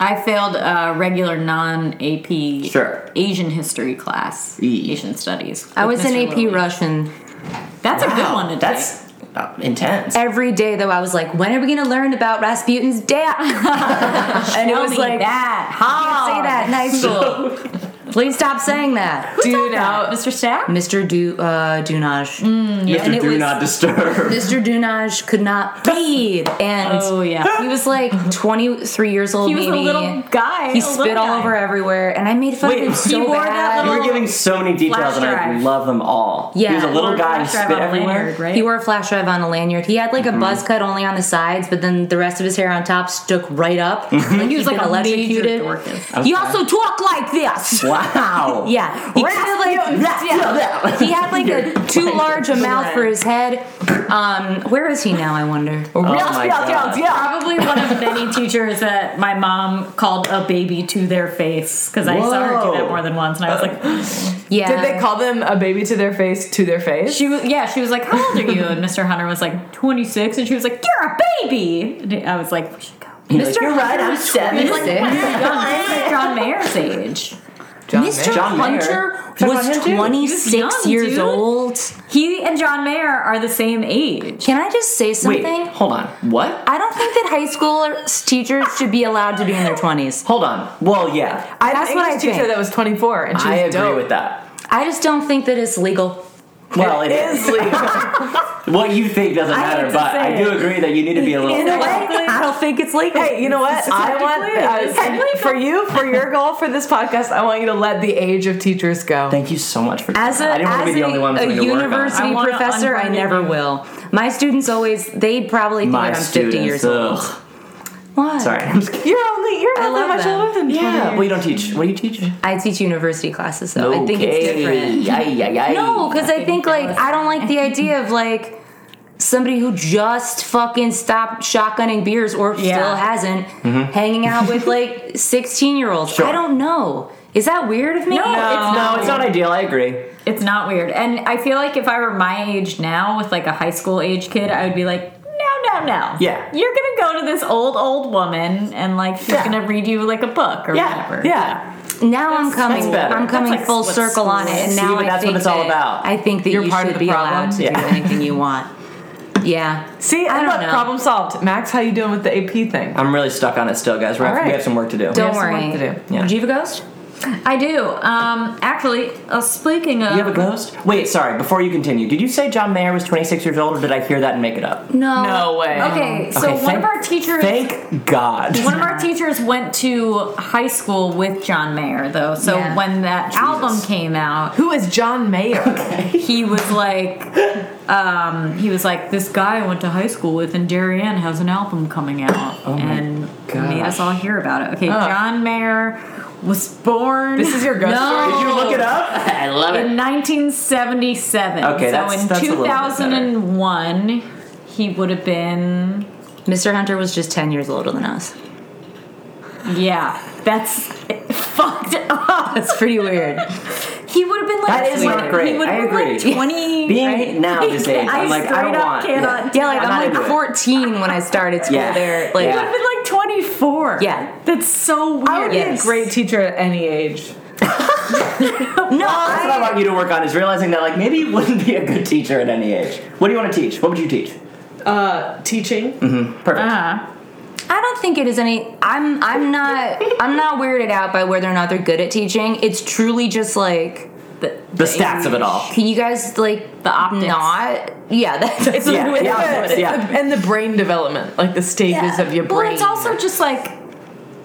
S1: I failed a regular non-AP
S3: Sure.
S1: Asian history class,
S3: E.
S1: Asian studies.
S2: I
S1: with
S2: was in
S1: Mr.
S2: AP
S1: Lilly.
S2: Russian
S1: That's a good one to take.
S3: That's uh, intense.
S2: every day, though. I was like, when are we gonna learn about
S1: (laughs)
S2: Rasputin's dad? (laughs) and it
S1: Tell
S2: was
S1: me
S2: like,
S1: that. Oh.
S2: "Can't say that in high school. Please stop saying that,
S1: Dude out, Mr.
S3: (laughs)
S1: Stack.
S2: Mr. Do uh, Dunaj.
S1: Mm.
S3: Mr.
S2: and it
S3: Do
S2: was-
S1: (laughs)
S3: not disturb.
S2: Mr. Dunaj could not read, and
S1: Oh, yeah.
S2: he was like 23 years old.
S1: He was a
S2: maybe.
S1: little guy,
S2: He
S1: a
S2: spit
S1: little
S2: all
S1: guy.
S2: over everywhere, and I made fun
S3: Wait,
S2: of him
S3: he
S2: so
S1: wore that
S2: bad.
S3: You
S1: little-
S3: were giving so many details,
S1: Flash
S3: and I
S1: drive.
S3: love them all.
S2: Yeah.
S3: he was a little
S1: Or
S3: guy who
S1: flash drive
S3: spit
S1: on a
S3: everywhere.
S1: lanyard, right?
S2: He wore a flash drive on a lanyard. He had like
S1: Mm-hmm.
S2: a buzz cut only on the sides, but then the rest of his hair on top stuck right up. Like
S1: Mm-hmm. He was like
S2: been
S1: a
S2: electrocuted.
S1: major dorkus.
S2: He also talked like this.
S3: Wow.
S2: Yeah, he kind of like he had like
S4: (laughs)
S2: a too large a mouth for his head. Um, where is he now? I wonder.
S3: Oh my God.
S1: Probably one of (laughs) many teachers that my mom called a baby to their face because I saw her do that
S3: Whoa.
S1: more than once, and I was like,
S2: Yeah,
S4: Did they call them a baby to their face to their face?
S1: she was yeah, she was like, how old are you? And Mr. Hunter was like, 26, and she was like, you're a baby. And I was like, we should go.
S3: He's like,
S2: Mr.
S3: "You're right, I'm
S2: Hunter's 26.
S1: John, John Mayer's age.
S4: John
S2: Mr.
S4: Mayer.
S3: John Mayer.
S2: Hunter
S3: Talking about him,
S2: was
S3: too.
S2: 26
S1: He was young,
S2: years
S1: dude.
S2: old.
S1: He and John Mayer are the same age.
S2: Can I just say something?
S3: Wait, hold on. What?
S2: I don't think that high school teachers should be allowed to be in their 20s.
S3: Hold on. Well, yeah.
S4: I had
S2: That's
S4: an
S2: what
S4: English
S2: I
S4: teacher
S2: think.
S4: that was 24, and she
S3: I
S4: was
S3: agree
S4: dope.
S3: with that.
S2: I just don't think that it's legal.
S3: Well, it is.
S4: Is
S2: (laughs)
S4: legal.
S3: (laughs) What you think doesn't matter,
S1: to
S3: but
S1: say
S3: I do agree that you need to be a little.
S4: In a way,
S2: I don't think it's legal.
S4: Hey, you know what? I want uh, for you, for your goal for this podcast, I want you to let the age of teachers go.
S3: Thank you so much for.
S2: As a,
S3: I didn't want to
S2: as
S3: be the
S2: a-
S3: only one
S2: a
S3: going to work on. it.
S2: university
S1: I wanna
S2: professor, I
S1: unfriend
S2: never
S1: you.
S2: will. My students always, they probably think
S3: My
S2: I'm 50
S3: students.
S2: years old.
S3: ugh.
S2: What?
S3: Sorry, I'm just kidding.
S4: You're only you're
S2: I
S4: only
S2: love
S4: much
S2: them.
S4: older than
S3: Yeah.
S4: 20.
S3: Well, you don't teach. What do you teach?
S2: I teach university classes, though. I think it's different.
S3: Ay, ay, ay.
S2: No, because I think like I don't like the idea of like somebody who just fucking stopped shotgunning beers or still
S1: Yeah.
S2: hasn't hanging out
S3: (laughs)
S2: with like sixteen year olds.
S3: Mm-hmm. Sure.
S2: I don't know. Is that weird of me?
S1: No, it's
S3: No,
S1: not.
S3: it's not ideal. I agree.
S1: It's not weird. And I feel like if I were my age now with like a high school age kid, I would be like, no, no, no.
S3: Yeah.
S1: You're going to go to this old, old woman and like she's
S3: Yeah.
S1: going to read you like a book or
S3: Yeah,
S1: whatever.
S3: yeah.
S2: Now I'm coming.
S3: better.
S2: I'm coming
S1: That's like
S2: full
S1: what's
S2: circle on it, and
S3: See,
S2: now
S3: but
S2: I
S3: that's what
S2: think
S3: it's all
S2: that-
S3: about.
S2: I think that
S4: You're
S2: you
S4: part of
S2: should
S4: the
S2: be
S4: problem.
S2: allowed to do
S3: Yeah.
S2: anything you want. Yeah.
S4: See,
S2: I
S4: I
S2: don't
S4: look,
S2: know.
S4: problem solved. Max, how you doing with the AP thing?
S3: I'm really stuck on it still, guys. We're
S4: All
S3: We
S4: right.
S3: have some work to do.
S2: Don't
S4: have some
S2: worry.
S4: work to do.
S3: Yeah.
S2: Do you have a ghost?
S1: I do. Um, actually, uh, speaking of.
S3: You have a ghost? Wait, sorry. Before you continue, did you say John Mayer was 26 years old, or did I hear that and make it up?
S2: No.
S4: No way.
S1: Okay, so
S3: Okay,
S1: one
S3: thank-
S1: of our teachers.
S3: Thank God.
S1: one of our teachers went to high school with John Mayer, though. So
S2: Yeah.
S1: when that album came out,
S4: Who is John Mayer?
S1: (laughs) he was like um, he was like this guy I went to high school with and Darianne has an album coming out
S3: Oh my
S1: and made us all hear about it. Okay, John Mayer was born
S4: this is your ghost
S2: No.
S4: story.
S3: Did you look it
S1: (laughs)
S3: up? I love
S1: in 1977.
S3: Okay,
S1: so
S3: that's-
S1: in
S3: that's a little bit better.
S1: 2001 he would have been
S2: Mr. Hunter was just ten years older than us.
S1: yeah,
S2: (laughs)
S1: that's fucked up.
S2: That's pretty weird.
S1: He would have been like
S3: That is not
S1: he
S3: great.
S1: would
S3: I
S1: have been
S3: agree.
S1: like 20
S3: (laughs) Being
S1: right?
S3: now this age,
S1: I
S3: I'm like, I
S1: straight
S3: don't
S1: up
S3: want-
S1: cannot
S3: yeah.
S1: do
S2: Yeah, like
S1: it.
S3: I'm not
S2: I'm,
S3: into
S2: like
S3: it.
S2: 14 when I started school
S3: Yeah.
S2: there. Like
S1: would
S3: Yeah.
S1: have been like 24.
S2: Yeah.
S1: That's so weird.
S4: I would be
S2: Yes.
S4: a great teacher at any age.
S2: no,
S3: That's what I want you to work on is realizing that like maybe you wouldn't be a good teacher at any age. What do you want to teach? What would you teach?
S4: Uh, teaching.
S3: Mm-hmm. Perfect.
S1: Uh-huh.
S2: I don't think it is any I'm I'm not I'm not weirded out by whether or not they're good at teaching. It's truly just like
S1: The,
S3: the stats of it all.
S2: can you guys like
S1: The optics.
S2: not yeah that's it's
S3: Yeah,
S2: weird.
S3: yeah,
S4: It's
S3: yeah.
S4: the- and the brain development, like the stages of your brain.
S1: Well, it's also just like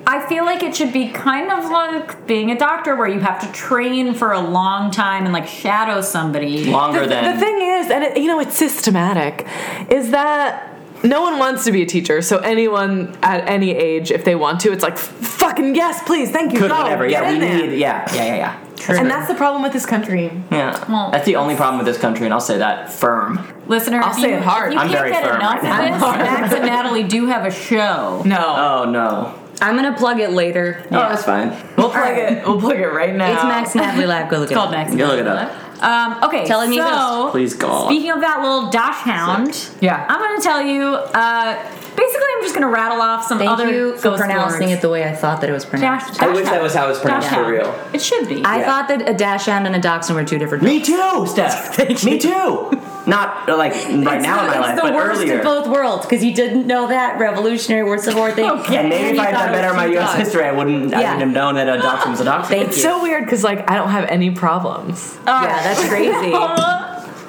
S1: I feel like it should be kind of like being a doctor where you have to train for a long time and like shadow somebody.
S3: Longer
S4: the,
S3: than
S4: the thing is, and it, you know, it's systematic, is that no one wants to be a teacher. So anyone at any age, if they want to, it's like fucking yes, please, thank you,
S3: could
S4: go,
S1: Oh,
S3: whatever.
S4: get
S3: Yeah,
S4: in
S3: we
S4: there."
S3: need. Yeah, yeah, yeah, yeah.
S4: And that's the problem with this country.
S3: Yeah,
S1: Well,
S3: that's the only problem with this country, and I'll say that firm.
S1: Listener,
S4: I'll
S1: if
S4: say
S1: you,
S2: (laughs)
S4: it hard.
S1: if you
S3: I'm
S1: can't
S3: very
S1: get
S3: firm
S1: enough of
S3: right now.
S1: this,
S4: (laughs)
S1: Max and Natalie do have a show.
S4: No.
S3: Oh no.
S2: I'm gonna plug it later.
S3: Oh, that's fine.
S4: we'll plug it. We'll plug it right now.
S2: It's Max Natalie Lab. Go look
S1: It's called
S2: at it.
S1: Max.
S3: You
S1: and
S3: can look it
S1: Natalie
S3: up.
S1: Live. Um, okay,
S2: Telling me
S1: so
S3: Please go.
S1: Speaking of that little dash hound,
S4: Yeah.
S1: I'm gonna tell you. Uh, basically, I'm just gonna rattle off some
S2: Thank
S1: other
S2: you for
S1: ghost
S2: pronouncing
S1: words.
S2: it the way I thought that it was
S1: Dash,
S2: pronounced.
S1: dash
S3: I wish that
S1: hound.
S3: was how it's
S1: Dash
S3: pronounced for
S1: hound.
S3: real.
S1: It should be.
S2: I
S3: Yeah.
S2: thought that a dash hound and a dachshund were two different.
S3: Me too, Steph. Me too. Not uh, like right
S2: It's
S3: now
S2: the,
S3: in my
S2: it's
S3: life,
S2: the
S3: but
S2: worst
S3: earlier.
S2: of both worlds because you didn't know that Revolutionary War Civil War thing.
S1: Okay.
S3: And maybe
S2: And
S3: if
S2: you
S3: I had
S2: thought
S3: done
S2: it
S3: better in
S2: was
S3: my
S2: two
S3: U.S.
S2: dogs.
S3: history, I wouldn't. I
S2: Yeah.
S3: wouldn't have known that a dachshund was a dachshund.
S2: Thank
S4: It's
S2: you.
S4: so weird because like I don't have any problems.
S2: yeah,
S1: Uh, (laughs)
S2: that's (laughs) crazy.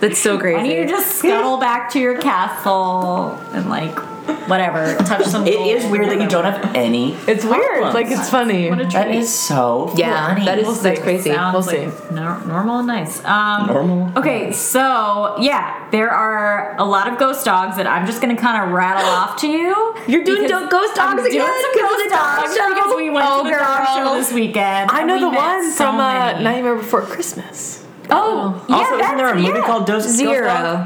S2: That's so crazy.
S1: And you just scuttle back to your castle and like whatever, touch some.
S3: It is weird (laughs) that you don't have any.
S4: It's weird.
S3: Problems.
S4: Like it's funny.
S1: What a
S3: That
S1: treat.
S3: is so.
S2: yeah,
S3: funny.
S2: that is
S4: We'll
S2: that's
S4: see.
S2: crazy.
S1: Sounds
S4: We'll
S1: like
S4: see.
S1: nor- normal and nice. Um,
S3: Normal.
S1: Okay, so yeah, there are a lot of ghost dogs that I'm just gonna kind of rattle off to you.
S2: You're doing
S1: because
S2: do- ghost
S1: I'm
S2: dogs
S1: doing
S2: again?
S1: some
S2: 'Cause of
S1: ghost
S2: the dog
S1: dogs
S2: show?
S1: because we went
S2: Oh,
S1: to the dog show
S2: girl.
S1: this weekend.
S4: I
S1: and
S4: know
S1: we
S4: the
S1: met
S4: one
S1: so
S4: from uh,
S1: many.
S4: Nightmare Before Christmas.
S1: Oh, yeah,
S3: Also, isn't
S1: that's-
S3: there a movie
S1: yeah.
S3: called Dose
S2: Zero. Um,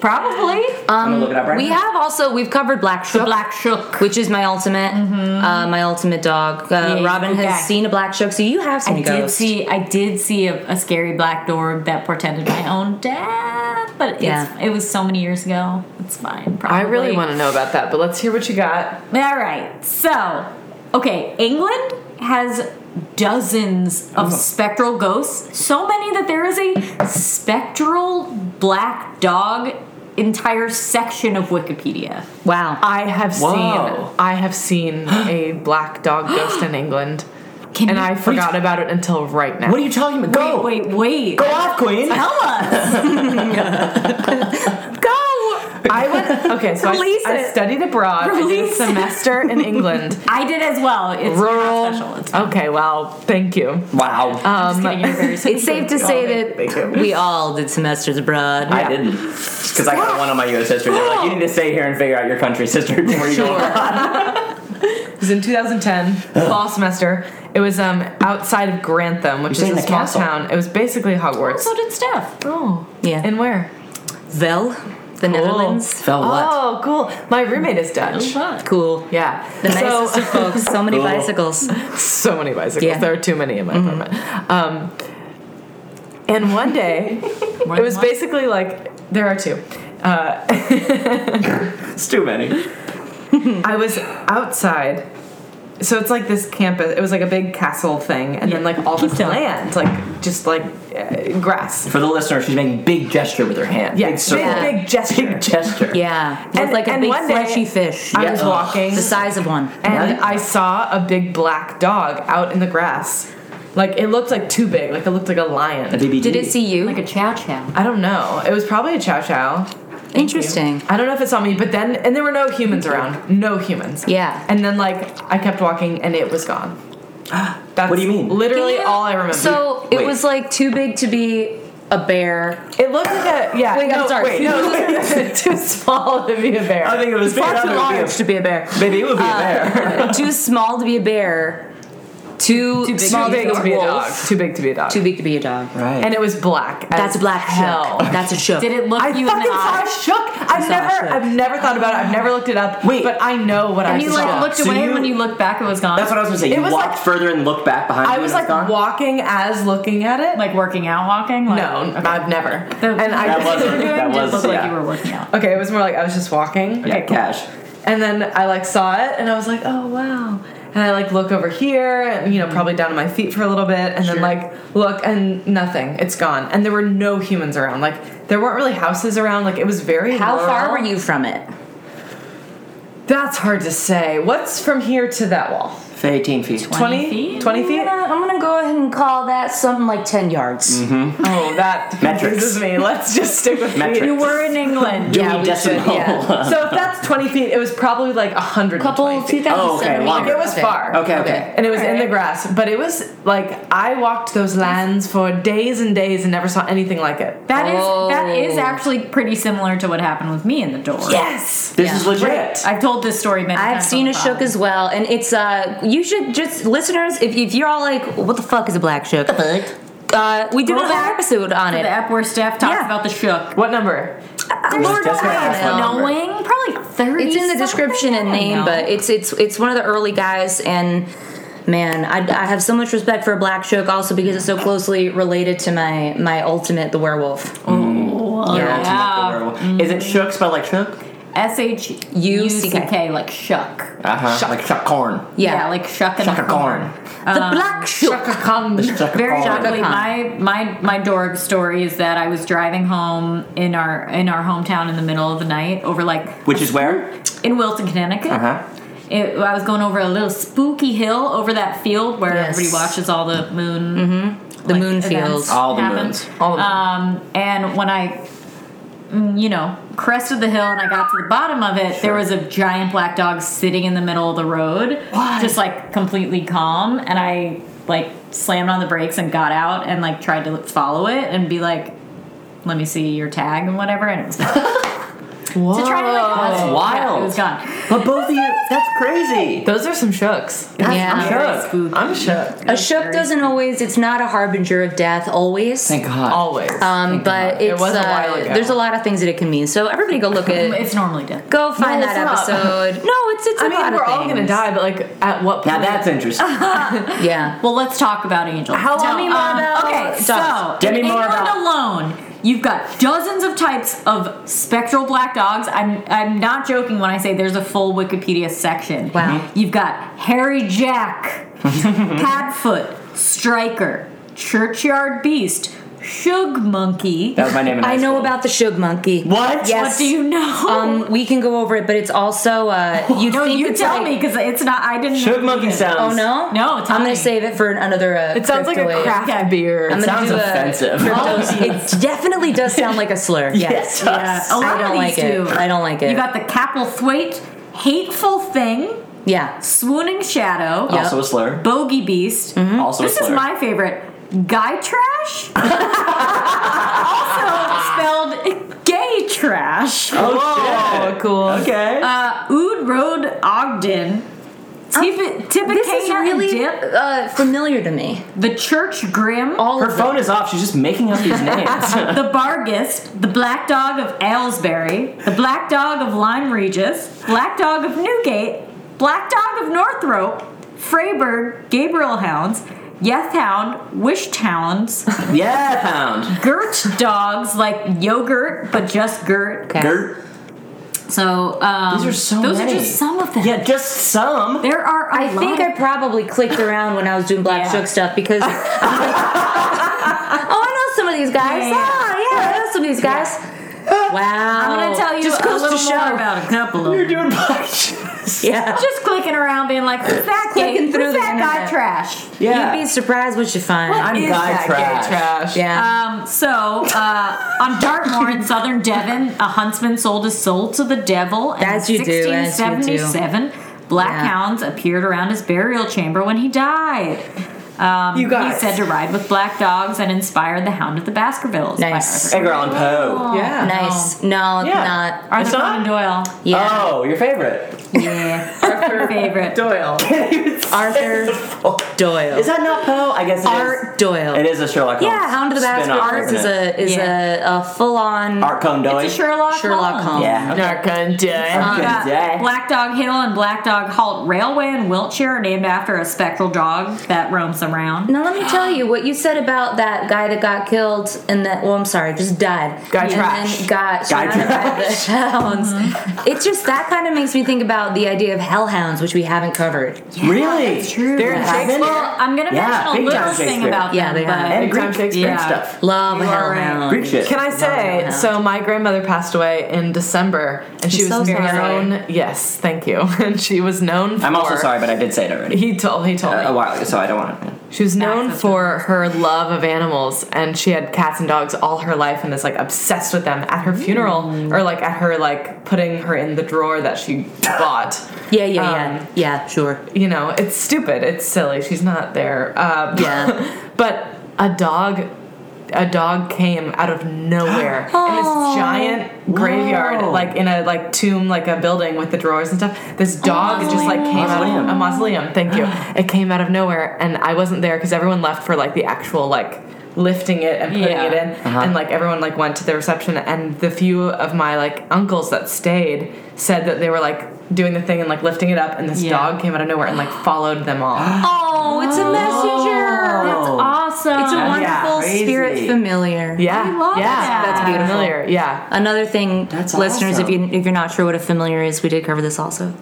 S1: Probably
S3: I'm gonna look it up right
S2: We
S3: now.
S2: have also we've covered Black Shook,
S1: Black Shook. Mm-hmm.
S2: which is my ultimate, uh, my ultimate dog. Uh,
S1: Yeah,
S2: Robin has
S1: okay.
S2: seen a Black Shook, so you have seen
S1: I
S2: a
S1: did
S2: ghost.
S1: see I did see a, a scary black dog that portended my own death, but it's,
S2: Yeah.
S1: it was so many years ago. It's fine. Probably.
S4: I really want to know about that, but let's hear what you got.
S1: All right. So, okay, England has dozens of spectral ghosts. So many that there is a spectral black dog entire section of Wikipedia.
S2: wow.
S4: I have
S3: Whoa.
S4: seen I have seen a black dog ghost in England.
S1: Can
S4: and
S1: you-
S4: I forgot about it until right now.
S3: What are you talking about? Go.
S1: Wait, wait, wait.
S3: Go off, Queen.
S1: Tell us. (laughs)
S4: go? I went okay, so I,
S1: Release
S4: I
S1: it.
S4: studied abroad. I did a
S1: Release it.
S4: semester in England.
S1: I did as well. It's
S4: Rural.
S1: not special. It's
S4: Okay, well, thank you.
S3: Wow.
S1: I'm just kidding. You're very
S2: (laughs) it's safe to say
S4: thank
S2: that we all did semesters abroad.
S3: I didn't. Because I got one on my U.S. history. They're like, you need to stay here and figure out your country's (laughs) history before you go. abroad."
S4: It was in 2010, fall semester. It was um outside of Grantham, which
S3: You're
S4: is
S3: saying
S4: a
S3: the
S4: small
S3: castle.
S4: town. It was basically Hogwarts.
S1: So did Steph.
S4: Oh,
S2: Yeah.
S4: And where?
S2: Vel, the Netherlands. Oh,
S3: Fell what?
S4: Oh, cool. My roommate is Dutch.
S2: Cool.
S4: Yeah.
S2: The nicest
S4: so,
S2: of folks. So many
S3: Cool.
S2: bicycles.
S4: so many bicycles.
S2: Yeah.
S4: There are too many in my apartment. Um, and one day, it was basically like there are two. Uh,
S3: It's too many.
S4: I was outside. So it's like this campus. It was like a big castle thing, and then
S1: Yeah.
S4: like all
S1: Keep
S4: this
S1: going.
S4: land, like just like uh, grass.
S3: For the listener, she's making big gesture with her hand.
S4: Yeah,
S3: Big circle.
S4: big, big gesture.
S3: Big gesture.
S2: Yeah. Looked
S4: And-
S2: like a
S4: and
S2: big
S4: one day-
S2: fleshy fish.
S4: I
S3: Yeah,
S4: was
S3: ugh.
S4: walking,
S2: The size of one.
S4: and
S3: Right.
S4: I saw a big black dog out in the grass. Like it looked like too big. Like it looked like a
S3: A
S4: lion.
S3: BBD.
S2: Did it see you?
S1: like a chow chow.
S4: I don't know. It was probably a chow chow.
S2: Interesting.
S4: I don't know if it's on me, but then and there were no humans around. No humans.
S2: Yeah.
S4: And then like I kept walking and it was gone. That's
S3: What do you mean?
S4: Literally
S2: Can you-
S4: all I remember.
S2: So it
S3: Wait.
S2: was like too big to be a bear.
S4: it looked like a yeah.
S2: Wait, I'm
S4: no,
S2: sorry.
S4: Wait, (laughs) no, too small to be a bear.
S3: I think it was big
S2: Far
S3: enough
S2: too
S3: it
S2: large
S3: (laughs) would
S2: to be a bear.
S3: be a, maybe it would be a bear.
S2: Too small to be a bear. Too,
S1: Too big
S2: small
S4: too big to be a dog. Too big to be a dog.
S2: Too big to be a dog.
S3: Right.
S4: and it was black. as
S2: That's a black
S4: hell.
S2: shook. That's a shook.
S1: Did it look
S4: I
S1: you in the
S4: fucking saw
S1: eye?
S4: a shook. I've
S2: saw a
S4: never,
S2: shook.
S4: I've never thought about it. I've never looked it up.
S3: Wait.
S4: but I know what I
S1: And you
S4: saw.
S1: like looked
S3: So
S1: away,
S3: you-
S1: and when you looked back, it was gone.
S3: That's what I was gonna say.
S4: It
S3: You
S4: was
S3: walked
S4: like-
S3: further and looked back behind.
S4: I
S3: you
S4: was
S3: and
S4: like
S3: it's gone?
S4: walking as looking at it.
S1: like working out, walking. Like,
S4: no, I've never.
S1: The-
S4: and I
S3: That
S4: just-
S3: wasn't-
S1: you were doing
S3: that
S1: did
S3: was-
S1: look like
S3: yeah.
S1: you were working out.
S4: Okay, it was more like I was just walking.
S3: Yeah,
S4: Okay, cool.
S3: cash.
S4: And then I like saw it and I was like, oh wow. And I like look over here and you know, probably down to my feet for a little bit and then
S1: Sure.
S4: like look and nothing. It's gone. And there were no humans around. Like there weren't really houses around. Like it was very
S2: How far
S4: rural.
S2: were you from it?
S4: That's hard to say. What's from here to that wall?
S3: For 18 feet.
S4: 20? 20 feet?
S2: I'm gonna, I'm gonna go ahead and call that something like 10 yards.
S4: Oh, (laughs) that
S3: Metrics.
S4: confuses me. Let's just stick with feet.
S3: Metrics.
S1: You were in England.
S3: Do
S4: Yeah,
S3: we
S4: we
S3: decimal?
S4: should, yeah. So if that's 20 feet, it was probably like 100
S2: Couple,
S4: feet.
S2: 2,000
S3: Oh, okay, longer.
S4: It was far.
S3: (laughs) Okay, okay.
S4: And it was in the grass, but it was like I walked those lands for days and days and never saw anything like it.
S1: That is that is
S2: Oh.
S1: actually pretty similar to what happened with me in the door.
S4: Yes.
S3: This
S2: Yeah.
S3: is legit.
S1: I've told this story many times.
S2: I've seen
S1: on
S2: a
S1: the
S2: shook
S1: pod.
S2: as well, and it's uh, you should just listeners, if, if you're all like, what the fuck is a black shook? Uh, we did
S1: Roll
S2: a whole
S1: back
S2: episode on
S1: The
S2: it.
S1: app where Steph talks
S2: Yeah.
S1: about the shook.
S4: What number?
S1: Lord
S3: That's
S1: knows,
S3: my ass number.
S1: knowing probably thirty.
S2: It's in the
S1: something,
S2: description
S1: I
S2: and
S1: don't
S2: name,
S1: know.
S2: but it's it's it's one of the early guys, and man, I, I have so much respect for Black Shook also because it's so closely related to my my ultimate, the werewolf.
S1: Oh,
S3: Your ultimate
S1: yeah.
S3: adorable- Is it shook spelled like shook?
S1: S H U C K like shuck.
S3: Uh huh. Like shuck corn.
S1: Yeah,
S2: Yeah.
S1: like shuck and
S3: Shuck a corn.
S2: the
S4: Um,
S2: Black Shook.
S3: Shuck a
S1: Very
S3: corn.
S1: shockingly,
S2: Khan.
S1: my my my dork story is that I was driving home in our in our hometown in the middle of the night over like
S3: Which is where?
S1: in Wilton, Connecticut.
S3: Uh-huh.
S1: It, I was going over a little spooky hill over that field where
S2: Yes. Mm-hmm.
S1: everybody watches all the moon,
S2: The
S1: like,
S2: moon
S1: events
S2: fields.
S3: All the
S1: happen.
S3: moons.
S4: All of them.
S1: Um, and when I, mm, you know, crested the hill and I got to the bottom of it, there was a giant black dog sitting in the middle of the road, just like completely calm. And I like slammed on the brakes and got out and like tried to follow it and be like, "Let me see your tag and whatever." And it was (laughs) to
S4: Whoa.
S1: try to like
S3: That's
S1: yeah,
S3: wild.
S1: it was gone.
S3: But both of you, that's crazy.
S4: Those are some shooks.
S2: Yeah.
S1: Very
S4: Shook.
S1: spooky.
S4: I'm shook.
S2: A shook doesn't always. It's not a harbinger of death always.
S3: Thank God.
S4: Always.
S2: um, but
S4: It
S2: it's
S4: was a
S2: uh,
S4: while ago.
S2: there's a lot of things that it can mean. So everybody go
S4: (laughs)
S2: look at.
S1: It's normally dead.
S2: Go find
S4: No,
S2: that
S4: it's not.
S2: episode. No, it's it's. a
S4: I mean,
S2: lot of
S4: we're all gonna
S2: things.
S4: die, but like, at what
S3: Now
S4: point?
S3: that's interesting.
S2: Yeah.
S1: Well, let's talk about angels.
S4: How-
S1: So,
S4: tell me more
S2: about-
S1: Okay, so
S2: Stop.
S3: Tell me
S1: in
S3: more
S1: England
S3: about-
S1: alone, you've got dozens of types of spectral black dogs. I'm I'm not joking when I say there's a full Wikipedia section. Mm-hmm.
S2: Wow.
S1: You've got hairy
S2: (laughs)
S1: jack, padfoot, striker, churchyard beast, shug monkey.
S3: That was my name in high
S2: I know
S3: school.
S2: about the Shug Monkey.
S3: What?
S2: Yes.
S1: What do you know?
S2: Um, we can go over it, but it's also
S4: (laughs)
S2: uh, you
S1: no,
S2: think
S1: you
S2: it's
S1: tell
S2: like-
S1: me because it's not. I didn't.
S3: Shook monkey sounds.
S2: Oh no,
S1: No, tell
S2: I'm
S1: me.
S2: gonna save it for another. Uh,
S4: It sounds like a
S2: cryptoid.
S4: craft
S1: Yeah.
S4: beer.
S2: I'm gonna
S3: Sounds
S2: do a
S3: offensive.
S4: (laughs)
S2: crypto- it definitely does sound like a slur.
S3: (laughs)
S2: Yes.
S1: Yeah, a lot
S2: I don't
S1: of these
S2: like it.
S1: do.
S2: I don't like it.
S1: You got the Capelthwaite, hateful thing,
S2: Yeah.
S1: swooning shadow.
S2: Yeah. Mm-hmm.
S3: Also a slur.
S1: Bogey Beast.
S3: Also
S1: This
S3: a
S1: is
S3: slur.
S1: my favorite. Guy
S2: (laughs)
S1: trash? also spelled gay trash.
S3: Oh,
S4: Whoa,
S3: shit.
S4: cool.
S3: Okay.
S1: Uh, Ood Road Ogden. Tip-
S2: Oh, This is
S1: Tibicana and
S2: really
S1: Dip.
S2: uh, familiar to me.
S1: The Church Grim.
S2: All
S3: Her
S2: of them.
S3: phone is off. She's just making up these names.
S1: the Bargist, the Black Dog of Aylesbury, the Black Dog of Lyme Regis, Black Dog of Newgate, Black Dog of Northrop, Freyberg, Gabriel Hounds, Yeth Hound, Wish Hounds,
S3: (laughs) yeah,
S2: (laughs)
S3: pound.
S1: Gert dogs like yogurt, but just Gert.
S2: Okay.
S3: Gert.
S1: So um,
S3: These are so
S1: Those
S3: many.
S1: are just some of them.
S3: Yeah, just some.
S1: There are. I
S2: I think I probably clicked around when I was doing Black
S1: Yeah.
S2: Shook stuff
S1: (laughs)
S2: because I was like, oh, I know some of these guys.
S1: Yeah,
S2: Yeah,
S1: yeah, yeah.
S2: yeah, I know some of
S1: (laughs)
S2: these guys. Wow.
S1: I'm gonna tell you
S2: Just
S1: a
S2: goes
S1: little
S2: to show.
S1: more about a couple of.
S3: You're
S1: Them.
S3: (laughs) doing black.
S2: (laughs) Yeah.
S1: Just clicking around, being like, "Who's that gay?
S2: Clicking through
S1: Who's
S2: the
S1: that guy
S2: internet.
S1: trash."
S3: Yeah.
S2: You'd be surprised what you find.
S1: What?
S3: I'm
S1: is
S3: guy
S1: that
S3: trash.
S4: Gay trash.
S2: yeah.
S1: Um, so, uh, on Dartmoor in southern Devon, a huntsman sold his soul to the devil. And
S2: As you
S1: in
S2: do, as you do.
S1: 1677, black
S2: Yeah.
S1: hounds appeared around his burial chamber when he died. Um,
S4: You guys.
S1: He said to ride with black dogs and inspired the Hound of the Baskervilles. by
S2: Nice.
S1: Arthur.
S3: Edgar Allan Poe.
S4: Yeah.
S2: nice. No, it's
S3: Yeah.
S2: not.
S1: Arthur
S3: It's not?
S1: Conan Doyle.
S2: Yeah.
S3: Oh, your favorite.
S1: Yeah. Arthur favorite.
S4: Doyle.
S2: Arthur (laughs) Doyle.
S3: Is that not Poe? I guess it is.
S2: Art Doyle.
S3: It is a Sherlock Holmes.
S2: Yeah, Hound of the
S3: spin-off,
S2: Basket Arts is
S3: isn't it?
S2: a is a, a full on
S3: Art Conan Doyle.
S1: It's a Sherlock,
S2: Sherlock Holmes.
S3: Yeah. Okay.
S1: You got
S3: Uh, Yeah.
S1: Black Dog Hill and Black Dog Halt Railway in Wiltshire are named after a spectral dog that roams around.
S2: Now let me tell you what you said about that guy that got killed and that well I'm sorry just died
S4: Guy
S2: and
S4: trash. Mm-hmm.
S2: then got
S3: Guy
S2: (laughs) surrounded by the hounds. It's just that kind of makes me think about the idea of hellhounds bloodhounds, which we haven't covered.
S3: really?
S4: They're in
S3: Yeah.
S4: Shakespeare.
S1: Well, I'm gonna
S3: Yeah,
S1: mention
S3: big
S1: a little
S3: time
S1: thing
S3: Shakespeare.
S1: about
S2: Yeah,
S1: them,
S2: they have.
S1: but
S3: And Greek,
S4: Time
S3: Greek
S4: Shakespeare.
S3: stuff.
S2: Love
S4: You are right.
S2: hellhound.
S3: Greek shit.
S4: Can I say?
S2: no.
S4: So my grandmother passed away in December, and she
S2: I'm
S4: was
S2: so sorry.
S4: known. Yes, thank you. (laughs) And she was known. For,
S3: I'm also sorry, Uh, but I did say it already.
S4: He told. He told me.
S3: a while ago, so I don't want to.
S4: She was known
S1: that's
S4: for her love of animals, and she had cats and dogs all her life, and is like obsessed with them. At her funeral, or like at her like putting her in the drawer that she bought.
S2: Yeah, yeah, yeah.
S4: Um,
S2: yeah, sure.
S4: You know, it's stupid. It's silly. She's not there. Uh, (laughs)
S2: Yeah.
S4: but a dog. A dog came out of nowhere in this giant graveyard,
S3: Whoa.
S4: like in a like tomb, like a building with the drawers and stuff. This dog just like came out
S3: Mausoleum.
S4: of a mausoleum. Thank you. It came out of nowhere, and I wasn't there because everyone left for like the actual like lifting it and putting
S1: Yeah.
S4: it in, and like everyone like went to the reception. And the few of my like uncles that stayed said that they were like doing the thing and like lifting it up, and this
S1: Yeah.
S4: dog came out of nowhere and like followed them all. (gasps)
S2: Oh, it's a messenger.
S1: that's awesome.
S2: It's a
S1: one.
S3: yeah,
S2: wonderful
S3: crazy.
S2: spirit familiar.
S4: Yeah,
S1: I love
S4: yeah,
S1: that.
S4: that's
S1: That's
S2: beautiful.
S4: Familiar, yeah.
S2: Another thing,
S3: That's
S2: listeners, if
S3: awesome.
S2: you if you're not sure what a familiar is, we did cover this also.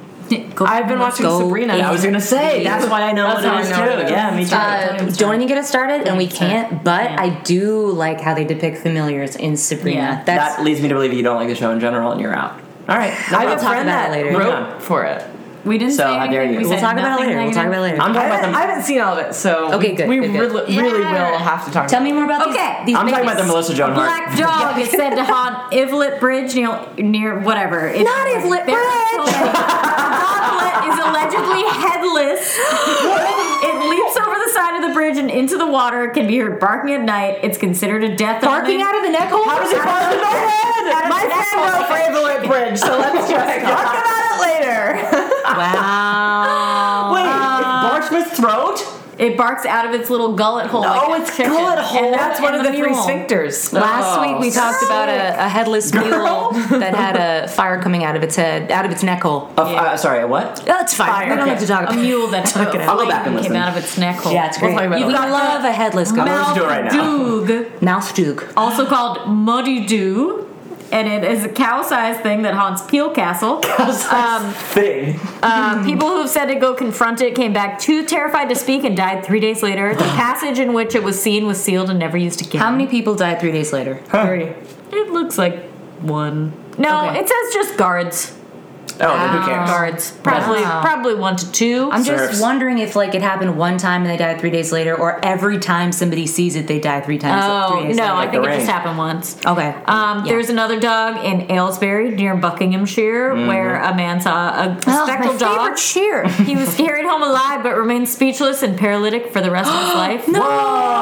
S1: Go
S4: I've been watching
S2: go
S4: Sabrina.
S2: in.
S3: I was gonna say that's why I know
S4: That's how
S3: what it is
S4: I know what it
S3: too.
S4: is.
S3: Yeah, me too.
S2: Uh, don't even get us started, and we can't. But I do like how they depict familiars in Sabrina.
S1: Yeah.
S2: That's
S3: that leads me to believe you don't like the show in general, and you're out. All right,
S4: I have
S2: We'll
S4: a
S2: talk
S4: friend
S2: about it
S4: that
S2: later.
S4: wrote
S3: Yeah.
S4: for it.
S1: we didn't
S3: So,
S1: say
S3: how dare
S1: anything.
S3: you.
S1: We
S2: we'll
S1: said
S2: talk about
S1: nothing
S2: it later. We'll talk
S1: negative.
S2: about it later.
S3: I'm
S4: I
S3: talking about
S4: haven't,
S3: them.
S4: I haven't seen all of it, so
S2: Okay, good,
S4: we
S2: good, good.
S4: really- really will have to talk.
S2: Tell
S4: about
S2: me more about
S1: Okay.
S2: these. these
S3: I'm talking about the
S2: babies.
S3: Melissa Joan Hart.
S1: Black dog is said to haunt Ivlet Bridge near, near whatever. It's
S2: Not Ivlet
S1: There are so many. Doglet is allegedly headless. it leaps over the side of the bridge and into the water. It can be heard barking at night. It's considered a death
S2: Barking out of the neck hole.
S4: How does it fall in my head? My friend wrote for Evelyn Bridge, so (laughs) let's just talk about it later.
S2: Wow.
S3: Wait, it's Barchman's throat.
S1: It barks out of its little gullet hole.
S3: No,
S1: like a
S3: it's
S1: chicken.
S3: gullet hole.
S1: And
S4: That's one of
S1: and
S4: the three
S1: mule.
S4: sphincters.
S2: Last
S3: Oh,
S2: week we talked about a, a headless mule that had a fire coming out of its head, out of its neck hole.
S3: Of- uh, sorry, what? (laughs)
S2: That's fine.
S4: Fire.
S2: We don't have to (laughs)
S4: Okay.
S2: talk
S1: A
S2: about it.
S1: mule that took
S3: I'll go back and
S1: came
S3: listen.
S1: out of its neck hole.
S2: Yeah, it's
S4: We'll
S2: great.
S4: talk about
S2: we
S4: that.
S2: love a headless goat.
S3: Mouth- do it right now.
S1: Doog.
S2: Mouse Duke.
S1: also called Muddy Doo, and it is a cow-sized thing that haunts Peel Castle.
S3: Um, thing.
S2: (laughs)
S1: Uh, people who have said to go confront it came back too terrified to speak and died three days later.
S2: (gasps)
S1: The passage in which it was seen was sealed and never used again.
S2: How many people died three days later?
S4: Three.
S3: Oh,
S1: It looks like one. No,
S2: Okay.
S1: it says just guards.
S3: Oh, then who cares?
S1: Guards. Probably,
S2: Wow.
S1: probably one to 2
S2: I'm just
S3: Serfs.
S2: wondering if like it happened one time and they died three days later, or every time somebody sees it, they die three times.
S1: Oh
S2: three days
S1: no! I
S2: later.
S1: think
S3: the
S1: it just
S3: ring.
S1: happened once.
S2: okay.
S1: Um,
S2: Yeah.
S1: There's another dog in Aylesbury near Buckinghamshire
S3: Mm-hmm.
S1: where a man saw a
S2: Oh,
S1: speckled
S2: my
S1: dog.
S2: favorite cheer.
S1: He was carried home alive but remained speechless and paralytic for the rest
S2: (gasps)
S1: of his life.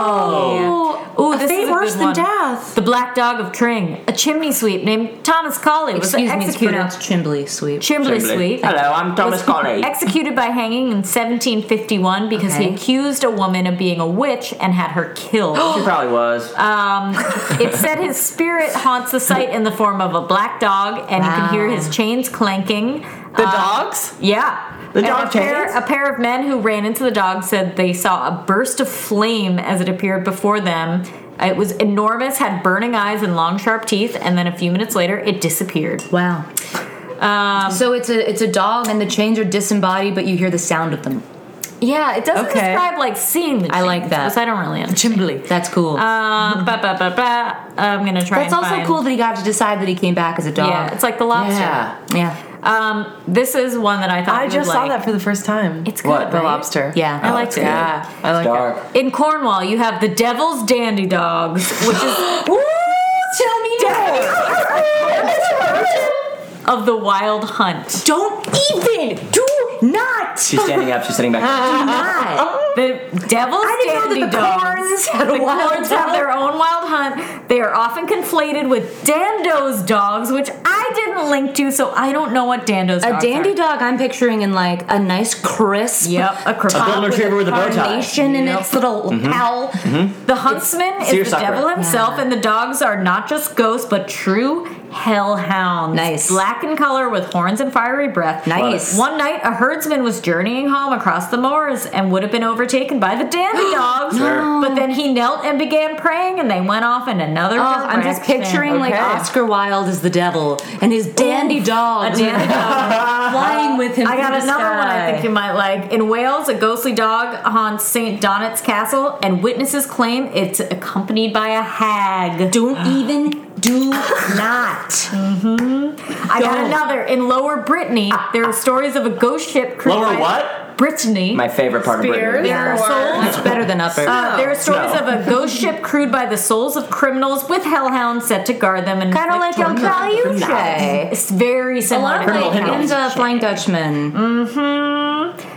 S2: No.
S1: Ooh, this is a good one.
S2: death.
S1: The black dog of Tring, a chimney sweep named Thomas Colley, was
S2: Excuse me, it's
S1: executed.
S2: pronounced Chimbley Sweep.
S1: Chimbley sweep.
S3: Hello, I'm Thomas
S1: was (laughs)
S3: Conley.
S1: Executed by hanging in 1751 because
S2: Okay.
S1: he accused a woman of being a witch and had her killed.
S3: she probably was.
S1: Um, it said his spirit haunts the site in the form of a black dog, and you
S2: Wow.
S1: can hear his chains clanking.
S4: The
S1: Uh,
S4: dogs?
S1: Yeah.
S3: The
S1: And
S3: dog
S1: a pair,
S3: chains?
S1: a pair of men who ran into the dog said they saw a burst of flame as it appeared before them. It was enormous, had burning eyes and long, sharp teeth, and then a few minutes later, it disappeared.
S2: Wow.
S1: Um,
S2: so it's a it's a dog and the chains are disembodied, but you hear the sound of them.
S1: Yeah, it doesn't
S4: Okay.
S1: describe like seeing the.
S2: I like
S1: chains,
S2: that.
S1: which I don't really understand.
S4: Chimbly.
S2: That's cool.
S1: Uh, ba, ba, ba, ba. I'm gonna try.
S2: That's
S1: and
S2: also
S1: find-
S2: cool that he got to decide that he came back as a dog.
S1: Yeah, it's like the lobster.
S3: yeah.
S2: yeah,
S1: Um, this is one that I thought
S4: I
S1: you would
S4: just saw
S1: like.
S4: that for the first time.
S1: It's good,
S3: What?
S4: the
S1: right?
S4: lobster.
S2: yeah.
S1: I liked it.
S4: Yeah, I like
S3: Dark.
S4: it.
S1: In Cornwall, you have the Devil's Dandy Dogs, which
S2: (gasps)
S1: is
S2: Tell me
S1: of the Wild Hunt.
S2: Don't even. Do not. (laughs)
S3: She's standing up. She's sitting back.
S1: Uh,
S2: Do not.
S1: The Devil's
S2: I didn't know
S1: Dandy
S2: that the
S1: Dogs.
S2: corns had a
S1: the
S2: wild
S1: corns have
S2: hunt.
S1: their own wild hunt. They are often conflated with Dando's dogs, which I didn't link to, so I don't know what Dando's
S2: A
S1: dogs
S2: dandy
S1: are.
S2: dog, I'm picturing in like a nice crisp.
S1: Yep, a crisp.
S2: top
S3: golden retriever with a bow tie. Mm-hmm.
S2: carnation in
S1: Yep.
S2: its little cowl.
S1: The huntsman is the
S3: Seersucker.
S1: devil himself,
S2: Yeah.
S1: and the dogs are not just ghosts, but true hellhounds.
S2: Nice.
S1: Black in color with horns and fiery breath.
S2: Nice.
S1: One night, a herdsman was journeying home across the moors and would have been overtaken by the dandy
S2: (gasps)
S1: dogs.
S3: No.
S1: But then he knelt and began praying, and they went off in another
S2: Oh, I'm just
S1: direction.
S2: picturing like
S4: Okay.
S2: Oscar Wilde as the devil and his dandy
S1: a
S2: dogs (laughs)
S1: dandy dog.
S2: flying with him.
S1: I got
S2: through the
S1: another one I
S2: sky.
S1: think you might like. In Wales, a ghostly dog haunts St. Donat's Castle, and witnesses claim it's accompanied by a hag.
S2: Don't even
S1: (laughs)
S2: do not.
S1: Mm-hmm. I got
S2: Don't.
S1: another. In Lower Brittany, there are stories of a ghost ship cruise.
S3: Lower
S1: by-
S3: what?
S1: Brittany.
S3: My favorite part of Britain.
S4: Spears.
S1: there are
S4: Lower.
S1: souls.
S2: Much better than upper.
S1: Uh, there are stories
S3: No.
S1: of a
S2: (laughs)
S1: ghost ship crewed by the souls of criminals with hellhounds set to guard them. and
S2: Kinda
S1: inflict
S2: like El
S1: torment.
S2: Caliuche.
S1: It's very
S2: a
S1: similar.
S2: lot
S1: to
S2: of
S1: El
S2: like
S3: criminal
S2: in
S1: Caliuche.
S2: the Flying Dutchman.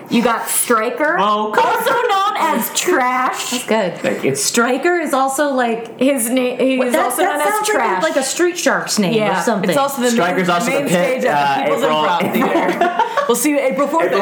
S1: You got Striker,
S3: Oh, come
S1: also known
S2: (laughs)
S1: as Trash.
S2: That's good.
S3: Like, It's
S2: Striker is also like
S1: His name. He's
S2: that,
S1: also
S2: that
S1: known as
S2: sounds like a-
S1: Trash.
S2: like a street shark's name
S1: Yeah,
S2: or something.
S4: It's also the
S3: Strikers
S4: main,
S3: also
S4: main
S3: the pit,
S4: stage
S3: uh,
S4: at the People's
S3: April- (laughs)
S4: Improv Theater. we'll see you April 4th
S3: April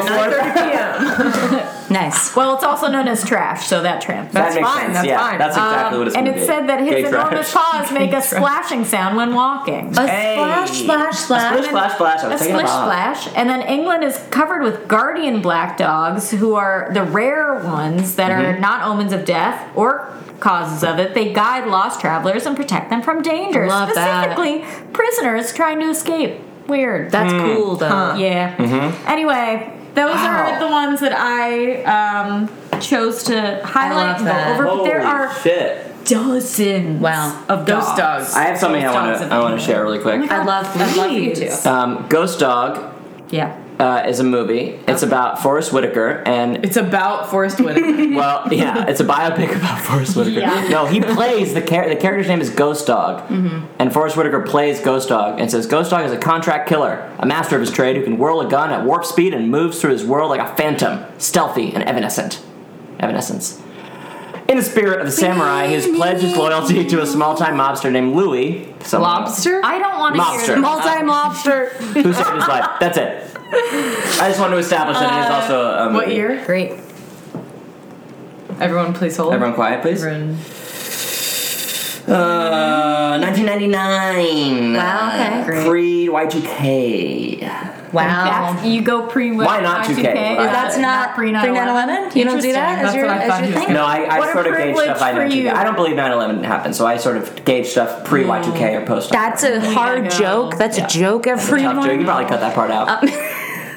S3: 4th.
S4: at 9:30 p.m.
S1: (laughs)
S2: nice.
S1: well, it's also known as Trash, so that tramps.
S3: that
S4: That's
S3: makes
S4: fine,
S3: sense.
S4: that's
S3: yeah,
S4: fine.
S3: that's exactly what it's
S1: Um, and
S3: gonna
S1: it
S3: be.
S1: said that his
S3: Gay
S1: enormous
S3: trash.
S1: paws make a splashing sound when walking.
S2: A
S3: Hey.
S2: splash, splash, splash.
S3: Splish, splash, splash. I
S1: a
S3: was thinking
S1: splish
S3: about
S1: splash. And then England is covered with guardian black dogs, who are the rare ones that
S3: Mm-hmm.
S1: are not omens of death or causes of it. They guide lost travelers and protect them from danger,
S2: Love that.
S1: specifically prisoners trying to escape. Weird.
S2: That's
S3: Hmm.
S2: cool though.
S1: yeah.
S3: Mm-hmm.
S1: Anyway, those are the ones that I um, chose to highlight
S2: love that.
S1: over. But
S3: Holy
S1: there are
S3: shit.
S1: dozens
S2: Wow.
S1: of
S4: Ghost dogs.
S3: I have something I
S1: Ghost
S3: want
S1: dogs Oh
S3: to
S1: of
S3: I want to share really quick.
S2: I love, I love you too.
S1: Please.
S3: Um, Ghost Dog
S1: Yeah.
S3: uh, is a movie. It's about Forrest Whitaker, and
S4: It's about Forrest Whitaker.
S3: well, yeah, it's a biopic about Forrest Whitaker.
S1: Yeah.
S3: No, he plays the char- the character's name is Ghost Dog,
S4: Mm-hmm.
S3: and Forrest Whitaker plays Ghost Dog and says Ghost Dog is a contract killer, a master of his trade who can whirl a gun at warp speed and moves through his world like a phantom, stealthy and evanescent. Evanescence. In the spirit of the samurai, he has pledged his loyalty to a small-time mobster named Louis. someone-
S4: Lobster?
S1: I don't want to hear
S3: Lobster.
S1: them.
S2: Multi lobster.
S3: Who saved his life? That's it. I just wanted to establish that it is also um, a movie.
S4: (laughs) what year?
S2: Great.
S4: Everyone, please hold.
S3: Everyone quiet, please.
S4: Everyone.
S3: Uh, 1999.
S2: Wow, okay. Great.
S3: Pre Y2K.
S2: Wow.
S1: That's- you go pre
S3: Why not 2K? Right.
S2: That's not pre 9 11? You don't do that as
S4: That's
S2: your,
S4: what I
S2: as
S4: thought
S2: your
S4: he was
S2: thing?
S4: gonna
S3: No, I,
S1: What
S3: I
S1: a
S3: sort of gauge
S1: privilege
S3: stuff I know
S1: for
S3: 2K.
S1: you.
S3: I don't believe 9 11 happened, so I sort of gauge stuff pre Y2K or post.
S2: That's a hard
S4: go.
S2: joke. That's a joke,
S3: Tough joke. You
S2: everyone.
S3: can probably cut that part out.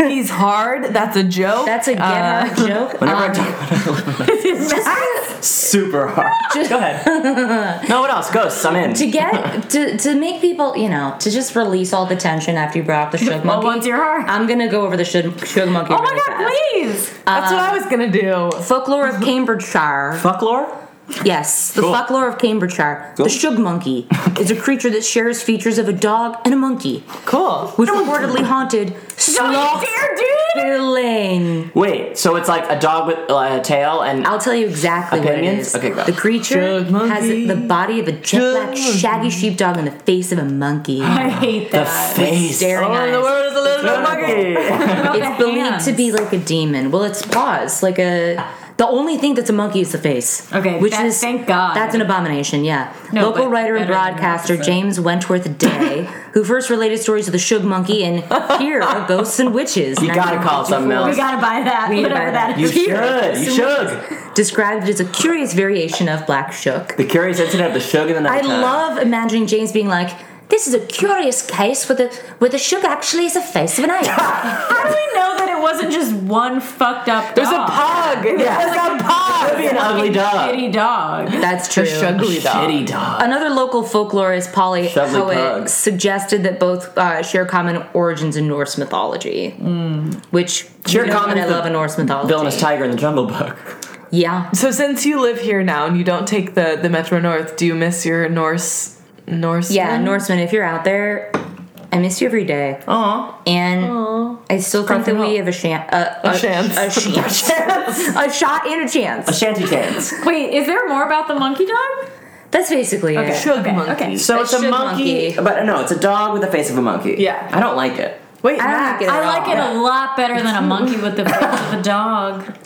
S4: He's hard. That's a joke.
S2: That's a get
S4: Uh, (laughs)
S2: hard joke.
S3: Whenever I talk about it, super hard. Go ahead. No, what else? Ghosts, I'm in.
S2: to get to to make people, you know, to just release all the tension after you brought up the
S4: (laughs)
S2: Shug
S1: Well,
S2: Monkey.
S1: what's your heart?
S2: I'm gonna go over the Shug, shug Monkey.
S1: Oh
S2: really
S1: my god,
S2: fast.
S1: please!
S2: Uh,
S4: That's what I was gonna do.
S2: Folklore of Cambridgeshire.
S3: Fuck lore?
S2: Yes, the
S3: Cool.
S2: folklore of Cambridgeshire.
S3: Cool.
S2: The Shug
S3: (laughs)
S2: Monkey is a creature that shares features of a dog and a monkey,
S4: Cool.
S2: which reportedly haunted
S1: Don't
S2: Sloth
S1: you dare, dude!
S2: Lane.
S3: Wait, so it's like a dog with uh, a tail and.
S2: I'll tell you exactly what it
S3: Opinions?
S2: is.
S3: Okay, go.
S2: the creature
S4: Shug monkey.
S2: has the body of a jet black
S4: monkey.
S2: shaggy sheepdog and the face of
S1: (gasps)
S2: a monkey.
S1: I hate
S3: the
S1: that.
S3: face. Oh,
S2: Staring
S1: Oh,
S2: eyes.
S4: the world is a little bit monkey.
S1: About the
S2: It's believed
S1: hands.
S2: to be like a demon. Well, it's paws, like a. The only thing that's a monkey is the face.
S1: Okay, that-
S2: is
S1: thank God.
S2: That's an abomination. Yeah.
S1: No,
S2: Local
S1: but
S2: writer and
S1: better than
S2: broadcaster James
S1: (laughs)
S2: Wentworth Day, who first related stories of the Shug Monkey and here are ghosts and witches.
S3: You gotta call it something
S2: 1954,
S1: We
S3: else.
S1: gotta buy that.
S2: need to
S1: whatever
S2: buy that.
S1: that
S3: You
S1: is.
S3: should. You should.
S2: Described it as a curious variation of Black Shook.
S3: The Curious Incident of the Sugar in the
S2: I
S3: Night.
S2: love imagining James being like, "This is a curious case where the where the Shug actually is the face of an ape."
S1: How do we know that it wasn't just one fucked up?
S4: There's a
S1: dog?
S4: pug. There's a pug.
S3: Be an ugly dog.
S1: Shitty
S3: (laughs)
S1: dog.
S2: (laughs) that's true.
S4: Shugly dog.
S3: Shitty dog.
S2: Another local folklorist, Polly
S3: Shudley
S2: Howitt,
S3: Pug.
S2: suggested that both uh, share common origins in Norse mythology, which
S3: Share
S2: you know
S3: common
S2: that I
S3: Hmm. is the
S2: love in Norse mythology.
S3: Villainous tiger in the Jungle Book.
S2: Yeah,
S4: So since you live here now and you don't take the the Metro North, do you miss your Norse Norse?
S2: yeah, Norseman. If you're out there, I miss you every day,
S3: Aw.
S2: and I still think that we have a, shan- uh, a,
S4: (laughs) A chance.
S2: a, chance, (laughs) a shot and a chance.
S3: Shanty (laughs) Tans.
S1: Wait, is there more about the monkey dog?
S2: That's basically it.
S4: Shug
S1: Okay,
S4: monkey.
S1: okay.
S3: So
S2: A
S3: it's a
S2: shug
S3: monkey,
S2: monkey.
S3: But no, it's a dog with the face of a monkey.
S4: Yeah.
S3: I don't like it.
S4: Wait,
S2: I don't like
S4: Matt,
S2: it at
S1: I (laughs)
S2: all.
S1: like it a lot better than a monkey with the face of a dog.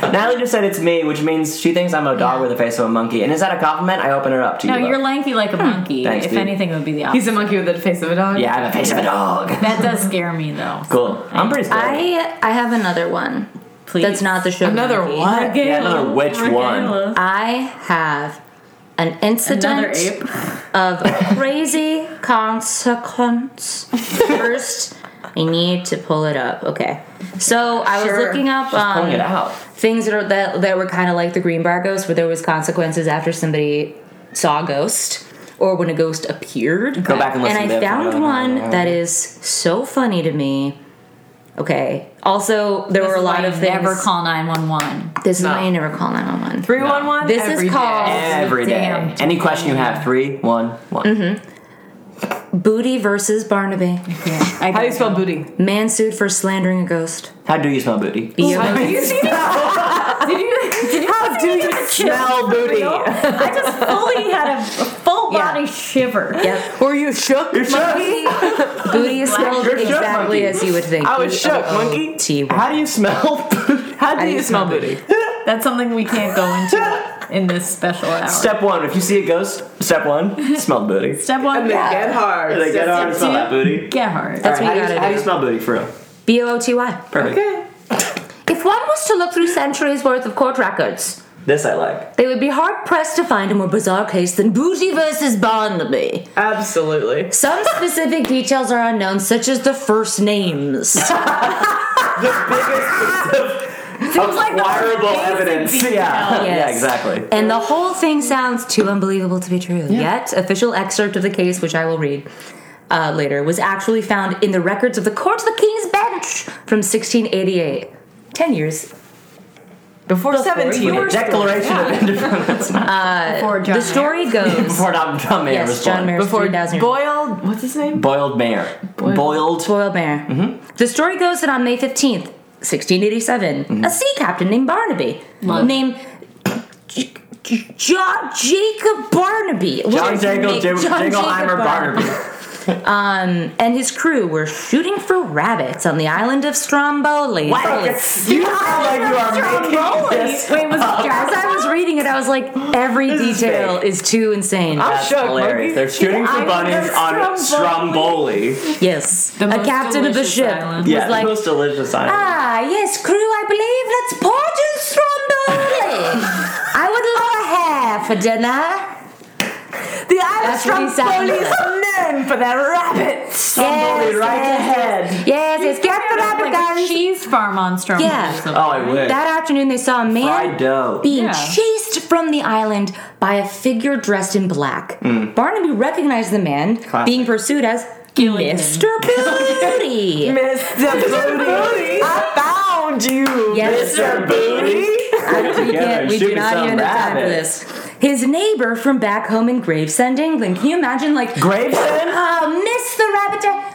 S3: Natalie just said it's me, which means she thinks I'm a dog with the face of a monkey. And is that a compliment? I open it up to
S1: No,
S3: you. both.
S1: you're lanky like a monkey.
S3: Thanks,
S1: if
S3: dude.
S1: anything, it would be the opposite.
S4: He's a monkey with the face of a dog.
S3: yeah, I have a face of
S2: (laughs)
S3: a dog.
S1: that does scare me though.
S3: Cool. I'm pretty scared.
S2: I I have another one.
S1: Please.
S2: That's not the sugar.
S4: Another
S2: monkey.
S4: one?
S3: Yeah, another which
S1: Regale.
S3: one?
S2: I have an incident
S1: Another ape.
S2: of crazy (laughs) consequence. First, I need to pull it up. Okay. So I was
S4: Sure.
S2: looking up
S3: Pulling it
S2: um,
S3: out.
S2: things that are that, that were kind of like the green bar ghost, where there was consequences after somebody saw a ghost or when a ghost appeared.
S3: Go back and listen
S2: And
S3: to
S2: I
S3: that if you
S2: found
S3: don't know.
S2: one that is so funny to me. Okay. Also, there
S1: This
S2: were a
S1: is
S2: lot
S1: why
S2: of
S1: you
S2: things.
S1: Never call nine one one.
S2: This is
S4: No.
S2: why you never call 911.
S4: Three one one.
S2: This is called-
S3: Every day.
S1: Damn.
S3: Any question you have, three, one, one.
S2: Mm-hmm. Booty versus Barnaby.
S1: (laughs) I
S4: How do you spell booty?
S2: Man sued for slandering a
S4: Oh
S2: ghost.
S3: How do you smell booty?
S4: How do you
S1: Did you? Did you
S4: How do you smell booty?
S1: I just fully had a full
S2: Yeah.
S1: body shiver.
S2: Yep.
S4: (laughs) Were you shook?
S3: You're shook.
S2: Booty is smelled
S3: You're shook,
S2: exactly
S3: monkey.
S2: as you would think.
S4: I was shook, monkey.
S2: T.
S3: How do you smell (laughs) booty?
S4: How do you
S2: didn't
S4: smell
S2: smell
S4: booty?
S1: That's something we can't go into in this special hour.
S3: Step one, if you see a ghost, step
S2: (laughs)
S3: one, smell booty.
S1: Step one.
S4: get hard.
S3: They get hard to smell that booty.
S1: Get hard.
S2: That's
S3: How
S2: what
S3: do
S2: you
S3: you,
S2: gotta
S3: how do you
S2: do.
S3: smell booty for real?
S2: B O O T Y.
S3: Perfect.
S4: Okay.
S2: If one was to look through centuries worth of court records,
S3: This I like.
S2: they would be hard pressed to find a more bizarre case than Booty versus Barnaby.
S4: Absolutely.
S2: Some specific details are unknown, such as the first
S4: (laughs)
S2: names.
S1: like the
S3: Acquirable
S1: basic
S3: evidence.
S1: detail.
S3: Yeah. Yeah,
S2: Yes.
S3: exactly.
S2: And the whole thing sounds too unbelievable to be true. Yet, official excerpt of the case, which I will read uh, later, was actually found in the records of the Court of the King's Bench from 1688. Ten years.
S4: Before seventeen.
S2: we-
S3: The Declaration of
S2: (laughs)
S3: Independence
S1: Before John
S2: The story goes.
S3: before John, John Mayer was
S2: yes,
S3: born.
S2: John Mayer's
S4: Before
S2: 3,000 years
S4: boiled. What's his name?
S3: Boiled Mayer. Boiled.
S2: Boiled Mayor. The story goes that on May 15th, 1687, a sea captain named Barnaby,
S1: Love.
S2: named J- J- J- Jacob Barnaby. What
S3: John
S2: is
S3: Dangle,
S2: his
S3: J-
S2: name? John
S3: Dangle
S2: Jacob
S3: Heimer Barnaby. (laughs)
S2: and his crew were shooting for rabbits on the island of Stromboli. (laughs)
S3: You sound like you are making this.
S1: Wait, was it
S2: As I was reading it, I was like, every
S3: is
S2: detail is too insane.
S4: I'm
S3: That's
S4: shook,
S3: hilarious.
S4: monkey.
S3: They're shooting for
S4: I'm
S3: bunnies on Stromboli.
S4: Stromboli.
S2: yes.
S1: The
S2: a
S1: most
S2: captain of the
S1: delicious
S2: ship
S1: island.
S2: was
S3: Yeah,
S2: like,
S3: the most delicious island.
S2: Ah, yes, crew, I believe. Let's port in Stromboli. I would love a hare for dinner.
S4: The Irish
S2: That's what he sounded
S4: Stromboli is known for their rabbits.
S2: Stromboli yes,
S3: right
S2: yes,
S3: ahead.
S2: Yes, yes, get the rabbit,
S1: like a
S2: guys.
S1: cheese farm on Stromboli?
S2: Yeah.
S1: or something?
S3: Oh, I wish.
S2: That afternoon, they saw a
S3: Fried
S2: man
S3: dough.
S2: being
S1: Yeah.
S2: chased from the island by a figure dressed in black. Barnaby recognized the man
S3: Mm. Classic.
S2: being pursued as
S1: Gilligan.
S2: Mr.
S1: (laughs)
S2: Booty.
S4: Mr. Booty, I found you.
S2: Yes.
S3: Mr. Booty.
S2: I don't- we
S3: Together
S2: can't-
S3: and
S2: we do
S3: shooting
S2: not
S3: some
S2: even have time for
S3: rabbits.
S2: this. His neighbor from back home in Gravesend, England. Can you imagine, like,
S3: Gravesend?
S2: Oh, Miss the Rabbit.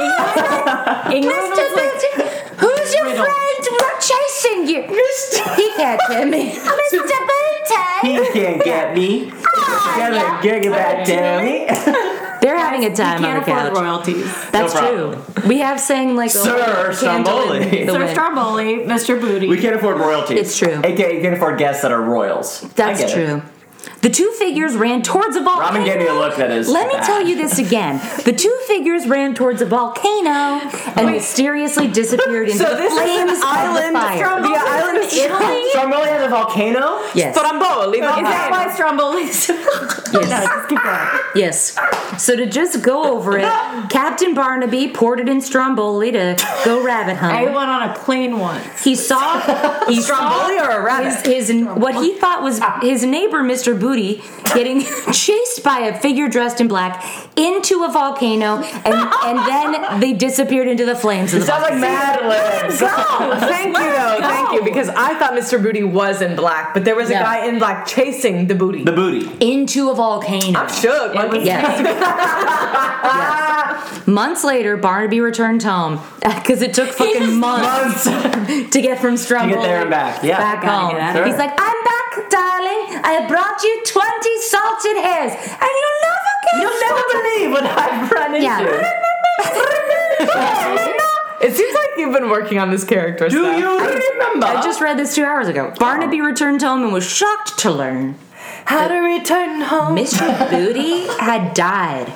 S2: Ah,
S1: England
S2: Mr.
S1: was like-
S2: Booty, who's your
S1: Riddle.
S2: friend? We're chasing you. Mr. He can't
S1: (laughs)
S2: get me. Mr.
S3: He
S2: Booty.
S3: can't get
S2: (laughs)
S3: me. Together,
S2: yeah.
S3: gig
S2: (laughs)
S3: it back down me.
S2: They're having a time
S1: we
S2: on the
S1: can't afford (laughs)
S2: couch.
S1: royalties.
S2: That's
S3: No
S2: true.
S3: problem.
S2: We have saying like
S3: Sir
S2: over candle in
S3: Stromboli.
S2: the
S1: Sir
S2: wind.
S1: Stromboli, Mr. Booty.
S3: We can't afford royalties.
S2: It's true.
S3: AKA, you can't afford guests that are royals. I
S2: That's
S3: get
S2: true. The two figures ran towards a volcano.
S3: Ramen gave me a look that is
S2: Let me
S3: bad.
S2: tell you this again. The two figures ran towards a volcano and mysteriously disappeared into
S4: So
S2: the
S4: this is an
S2: flames of
S4: island
S2: the fire.
S4: from the island of Italy.
S3: It. Stromboli has a volcano?
S2: Yes.
S4: Stromboli. Is
S1: Is that why Stromboli's?
S2: (laughs) Yes.
S1: Just keep going.
S2: Yes. So to just go over it, Captain Barnaby ported in Stromboli to go rabbit
S1: I
S2: hunting.
S1: went on a plane once.
S2: He saw he
S4: Stromboli
S2: saw
S4: or a rabbit?
S2: his, his what he thought was his neighbor Mr. Booty getting (laughs) chased by a figure dressed in black into a volcano and and then they disappeared into the flames of the (laughs)
S3: It sounds like Mad Libs.
S4: Oh, thank you though, thank you, because I thought Mr. Booty was in black, but there was a
S2: No.
S4: guy in black chasing the booty.
S3: The (laughs) booty.
S2: into a volcano.
S4: I'm shook. monkey.
S2: Yes. Yes. Months later, Barnaby returned home (laughs) because it took fucking months
S3: Months.
S2: to get from Stromboli
S3: there and back, yeah.
S2: back
S1: Gotta
S2: home.
S1: get out
S3: of
S2: He's
S3: there.
S2: like, I'm back, darling. I brought you 20 salted hairs, and you'll never get
S3: You'll never believe what I've run into.
S2: Yeah.
S4: It seems like you've been working on this character.
S3: Do
S4: Steph.
S3: you
S2: (laughs)
S3: remember?
S2: I just read this two hours ago. Barnaby returned home and was shocked to learn
S4: How to return home?
S2: Mr. Booty had died.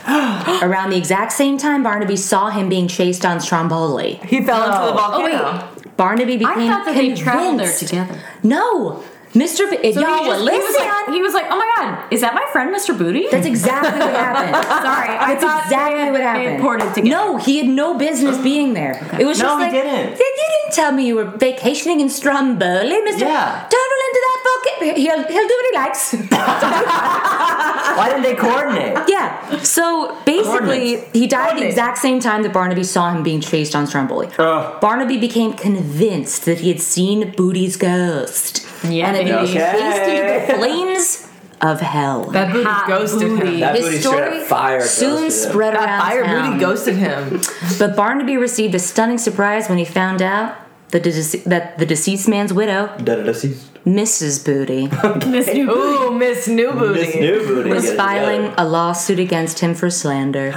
S2: (gasps) Around the exact same time, Barnaby saw him being chased on Stromboli.
S4: He fell into the
S1: Oh wait,
S4: volcano.
S2: Barnaby became
S1: I thought that
S2: convinced.
S1: they traveled there together.
S2: No, Mr. B- if
S1: So
S2: y'all
S1: he, just,
S2: would
S1: he was (laughs)
S2: listen.
S1: like, he was like, oh my god, is that my friend, Mr. Booty?
S2: that's exactly what happened.
S1: (laughs) Sorry, I
S2: That's
S1: thought
S2: exactly
S1: they,
S2: what
S1: They
S2: happened.
S1: ported together.
S2: No, he had no business being there. It was
S3: No,
S2: just
S3: he
S2: like
S3: didn't.
S2: "Yeah, You didn't tell me you were vacationing in Stromboli, Mister.
S3: Yeah.
S2: Total into that volcano. He'll he'll do what he likes. (laughs)
S3: Why didn't they coordinate?
S2: yeah. So basically,
S3: Coordinates. Uh.
S2: he died at the
S4: Coordinates.
S2: exact same time that Barnaby saw him being chased on Stromboli.
S3: Ugh.
S2: Barnaby became convinced that he had seen Booty's ghost.
S1: Yeah,
S2: and it
S1: baby.
S2: chased into the flames of hell.
S4: That booty
S1: Hot
S4: ghosted
S1: booty.
S4: him.
S3: That booty straight up fire
S2: soon
S3: ghosted him.
S2: spread around
S4: That fire
S2: town.
S4: booty ghosted him.
S2: But Barnaby received a stunning surprise when he found out that the, dece- that the deceased man's widow,
S3: Dead at a cease.
S2: Mrs. Booty,
S1: Miss New Booty.
S4: (laughs) Ooh, Miss New Booty.
S3: Miss New Booty.
S2: was
S3: get it
S2: filing
S3: together.
S2: a lawsuit against him for slander.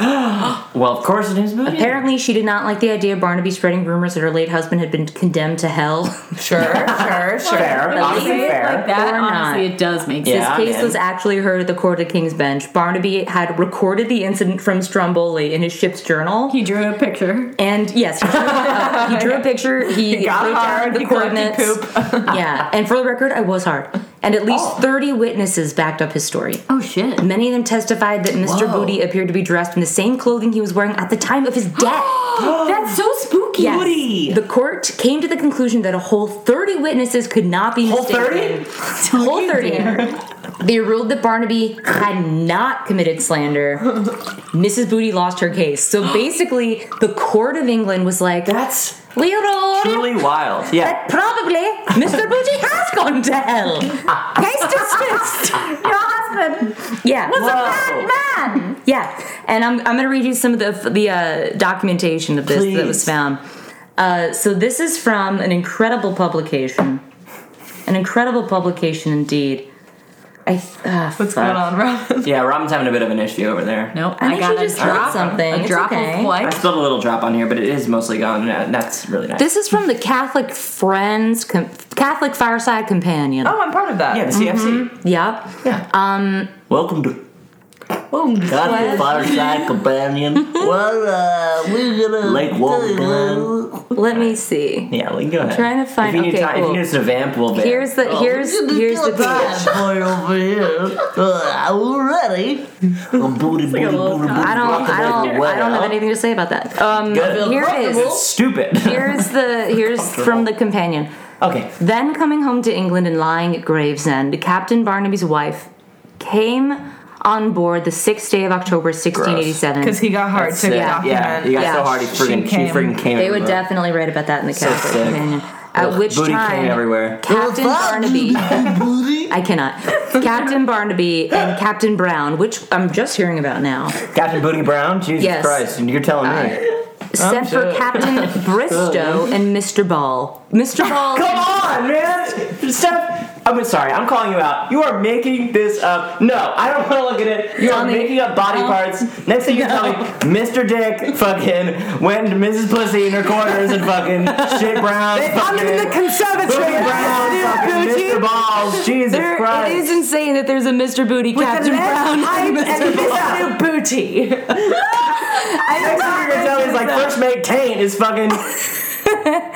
S3: Well, of course it is Booty.
S2: Apparently, she did not like the idea of Barnaby spreading rumors that her late husband had been condemned to hell. (laughs) This
S4: Sure, sure, sure.
S3: (laughs) Fair. Honestly,
S1: Say it
S3: fair.
S1: Like that,
S2: Or not.
S1: honestly, it does make
S3: Yeah.
S1: sense.
S2: case
S3: man.
S2: was actually heard at the court of King's Bench. Barnaby had recorded the incident from Stromboli in his ship's journal.
S1: He drew a picture.
S2: And yes, he drew, uh, he drew a picture. He,
S4: got
S2: wrote down
S4: hard,
S2: the
S4: he collected
S2: coordinates. yeah, and for the record, I was hard. And at least 30 witnesses backed up his story.
S1: Oh shit.
S2: Many of them testified that Mr.
S3: Whoa.
S2: Booty appeared to be dressed in the same clothing he was wearing at the time
S3: (gasps)
S2: of his death.
S1: That's so spooky.
S2: Yes.
S3: Booty.
S2: The court came to the conclusion that a whole 30 witnesses could not be
S3: Whole
S2: mistaken.
S3: 30?
S2: Whole 30. They ruled that Barnaby had not committed slander.
S3: (laughs)
S2: Mrs. Booty lost her case. So basically, the court of England was like,
S3: That's
S2: Leonor,
S3: truly wild. Yeah.
S2: that probably Mr. Booty has gone to
S3: (laughs)
S2: hell. Case dismissed.
S1: Your husband
S2: Yeah.
S1: was
S3: Whoa.
S1: a bad man.
S2: Yeah, and I'm, I'm going to read you some of the the uh, documentation of this that was
S3: Please.
S2: found. Uh, so this is from an incredible publication, an incredible publication indeed. I th- ah,
S4: What's
S2: fuck.
S4: going on, Robin?
S3: Yeah, Robin's having a bit of an issue over there.
S1: Nope.
S2: I
S1: I,
S2: think
S1: got
S2: she
S1: a
S2: just
S1: drop
S2: dropped something.
S1: A
S2: It's
S1: drop
S2: okay.
S1: of
S3: I
S1: what?
S3: spilled a little drop on here, but it is mostly gone. and That's really nice.
S2: This is from the Catholic Friends Com- Catholic Fireside Companion.
S4: Oh, I'm part of that.
S3: yeah, the CFC.
S2: Mm-hmm. Yep.
S3: Yeah. Um. Welcome to. Godly Fireside Companion.
S5: Well, uh, we're gonna
S3: Lake Wolverine.
S2: Let me see.
S3: Yeah, we can go ahead.
S2: trying to find-
S3: If you need,
S2: okay,
S3: time,
S2: cool.
S3: if you need us to vamp, we'll vamp.
S2: Here's the here's here's the (laughs) page.
S5: boy over here. Uh, we're ready. Uh, booty, booty, booty, booty,
S2: I don't I don't I don't have
S3: Well.
S2: anything to say about that. Um, here it is.
S3: Stupid.
S2: Here's the here's from the companion.
S3: (laughs) okay.
S2: Then coming home to England and lying at Gravesend, Captain Barnaby's wife came on board the sixth day of October, 1687.
S4: Because he got hard to
S3: yeah,
S4: document.
S3: yeah, you got
S2: Yeah.
S3: so hard. He friggin' she,
S4: came.
S3: friggin' came.
S2: They would
S3: everywhere.
S2: definitely write about that in the Catholic
S3: sick.
S2: Companion. At
S3: Ugh,
S2: which
S3: booty
S2: time,
S3: came everywhere.
S2: Captain Barnaby,
S3: (laughs)
S2: I cannot. Captain Barnaby and Captain Brown, which I'm just hearing about now,
S3: Captain Booty Brown. Jesus
S2: Yes.
S3: Christ! And you're telling me.
S2: sent for
S3: sure.
S2: Captain
S3: (laughs)
S2: Bristow and Mr. Ball. Mr. Ball.
S3: Come on, man! Steph, I'm sorry. I'm calling you out. You are making this up. No, I don't want to look at it. You are
S2: Tommy,
S3: making up body
S2: no.
S3: parts. Next thing you tell me, Mr. Dick fucking went to Mrs. Pussy in her quarters and
S2: (laughs)
S3: fucking shit brown.
S4: I'm in the conservatory.
S3: Brown, fucking
S2: (laughs)
S3: Mr. Balls, Jesus
S2: There-
S3: Christ.
S2: it is insane that there's a Mr. Booty, Captain Brown, and Mr. Ball.
S4: Miss New Booty.
S3: Next thing you're gonna tell me is like first mate taint is fucking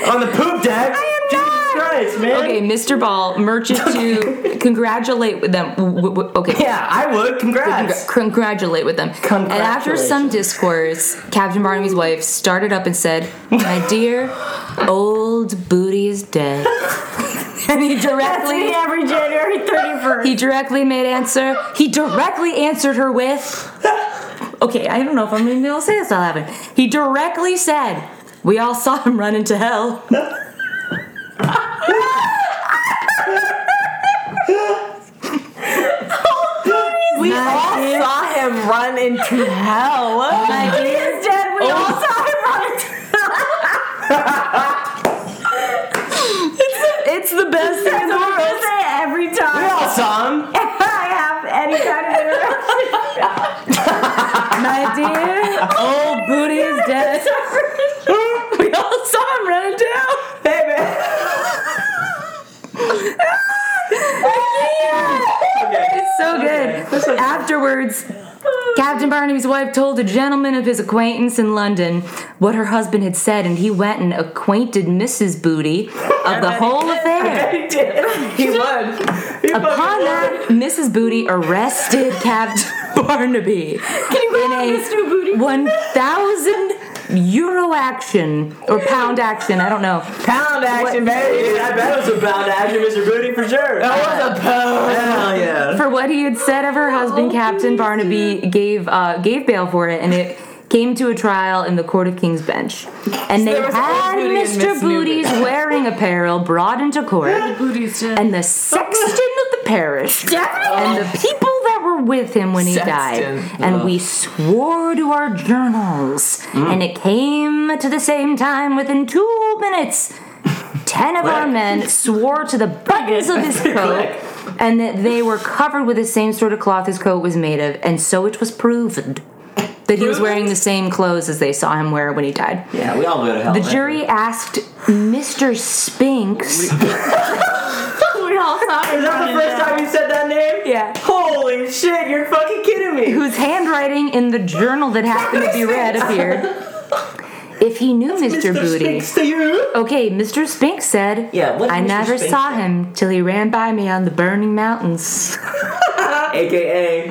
S3: on the poop deck. Jesus Christ, man.
S2: Okay, Mr. Ball, merchant to congratulate with them. W- w- w- okay.
S3: Yeah, I would. Congrats.
S2: Congr- Congratulate with them. And after some discourse, Captain Barnaby's wife started up and said, (laughs) My dear, old booty is dead. (laughs) and he directly
S1: every January 31st.
S2: he directly made answer. He directly answered her with Okay, I don't know if I'm gonna be able to say this all happened. He directly said, We all saw him run into hell.
S4: We all saw him run into hell.
S2: My dear
S1: is dead. We all saw him run into
S2: It's the best thing in the
S1: I
S2: world.
S1: say it every
S3: We
S1: time
S3: all
S2: (laughs)
S3: saw him.
S1: I have any kind of interaction.
S2: My dear, old booty is dead. (laughs) We all His wife told a gentleman of his acquaintance in London what her husband had said, and he went and acquainted Mrs. Booty of the whole affair.
S4: He did. He would. He
S2: Upon
S4: fucking would.
S2: that, Mrs. Booty arrested Captain (laughs) Barnaby in a 1,000 euro action or pound action, I don't know.
S4: Pound action, baby.
S3: I bet it was about action, Mr. Booty, for sure.
S4: That was a pound.
S3: Hell yeah.
S2: for what he had said of her
S4: Oh,
S2: husband, Captain Barnaby gave uh, gave bail for it, and it came to a trial in the court of King's Bench. And they
S4: there was
S2: had
S4: Old Booty and
S2: Mr.
S4: Miss New
S2: Booty's wearing apparel brought into court, and the
S4: (laughs)
S2: sexton of the parish. And the people that were with him when he died.
S4: Sexton.
S2: And we swore to our journals. And it came to the same time within two minutes. Ten of our men swore to the buttons of (laughs) his coat and that they were covered with the same sort of cloth his coat was made of, and so it was proven that he was wearing the same clothes as they saw him wear when he died.
S3: Yeah, we all go to hell.
S2: The
S3: man.
S2: jury asked Mr. Spinks. (laughs) we all thought
S3: Is that the first time you said that name?
S2: Yeah.
S3: Holy shit, you're fucking kidding me.
S2: whose handwriting in the journal that happened to be read appeared. If he knew Mr. Booty.
S3: Spinks to you.
S2: Okay, Mr. Spinks said,
S3: Yeah, what did
S2: I
S3: Mr.
S2: never
S3: Spinks
S2: saw
S3: say?
S2: him till he ran by me on the burning mountains. (laughs)
S3: AKA.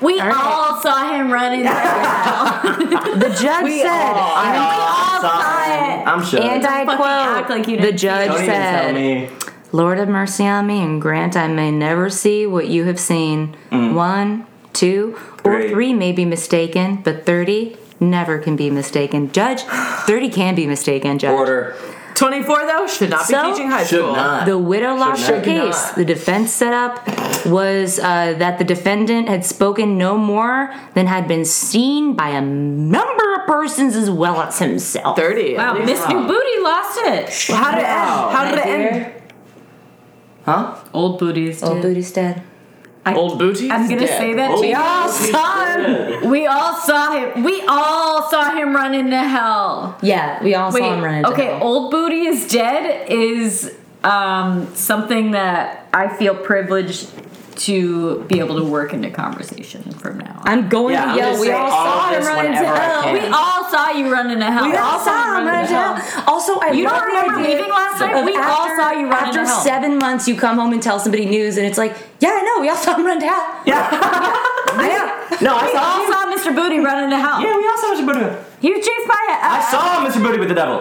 S1: We
S2: right.
S1: all saw him running.
S2: The judge said,
S3: I
S1: saw it.
S3: I'm sure.
S2: and I
S1: Fucking
S2: quote,
S1: act like you
S2: the
S1: didn't see
S2: judge
S3: Don't even tell
S2: said,
S3: me.
S2: Lord have mercy on me and grant I may never see what you have seen.
S3: Mm.
S2: One, two, or
S3: Three.
S2: three may be mistaken, but 30 never can be mistaken. Judge, 30 can be mistaken, Judge.
S3: Order.
S4: 24, though, should not be
S2: So-
S4: teaching high
S3: Should
S4: school.
S3: not.
S2: The widow lost her
S3: not.
S4: Should
S2: case.
S4: not.
S2: The defense setup was uh, that the defendant had spoken no more than had been seen by a number of persons as well as himself.
S4: 30.
S1: Wow, Miss New Booty lost it.
S4: How did it
S3: Wow.
S4: end? How did it end?
S3: Huh?
S1: Old booties.
S2: Old Booty's dead.
S4: Old booty.
S1: I'm gonna say that
S3: Old
S1: we all
S3: booties
S1: saw him. We all saw him. We all saw him run into hell.
S2: Yeah, we all
S1: Wait,
S2: saw him run into
S1: okay,
S2: hell.
S1: old booty is dead is um, something that I feel privileged to be able to work into conversation from now on.
S2: I'm going
S3: Yeah, I'm
S2: to yell.
S3: just
S2: We
S3: saying
S2: all
S3: all
S2: saw
S3: of
S2: him
S3: this
S2: run into
S3: whenever I
S2: hell.
S3: can.
S1: we all saw you run into hell.
S2: We all saw him run into hell. Also, I
S1: You
S2: love
S1: don't
S2: the
S1: remember
S2: idea
S1: leaving last night?
S2: of
S1: We all saw you run
S2: After
S1: into hell.
S2: seven months, you come home and tell somebody news, and it's like, yeah, I know. We all saw him run into hell.
S3: Yeah. (laughs)
S2: Yeah.
S3: No, I
S1: We
S3: saw.
S1: all saw Mr. Booty run into hell.
S3: Yeah, we all saw Mr. Booty.
S1: He was chased by a.
S3: I saw Mr. Booty with the devil.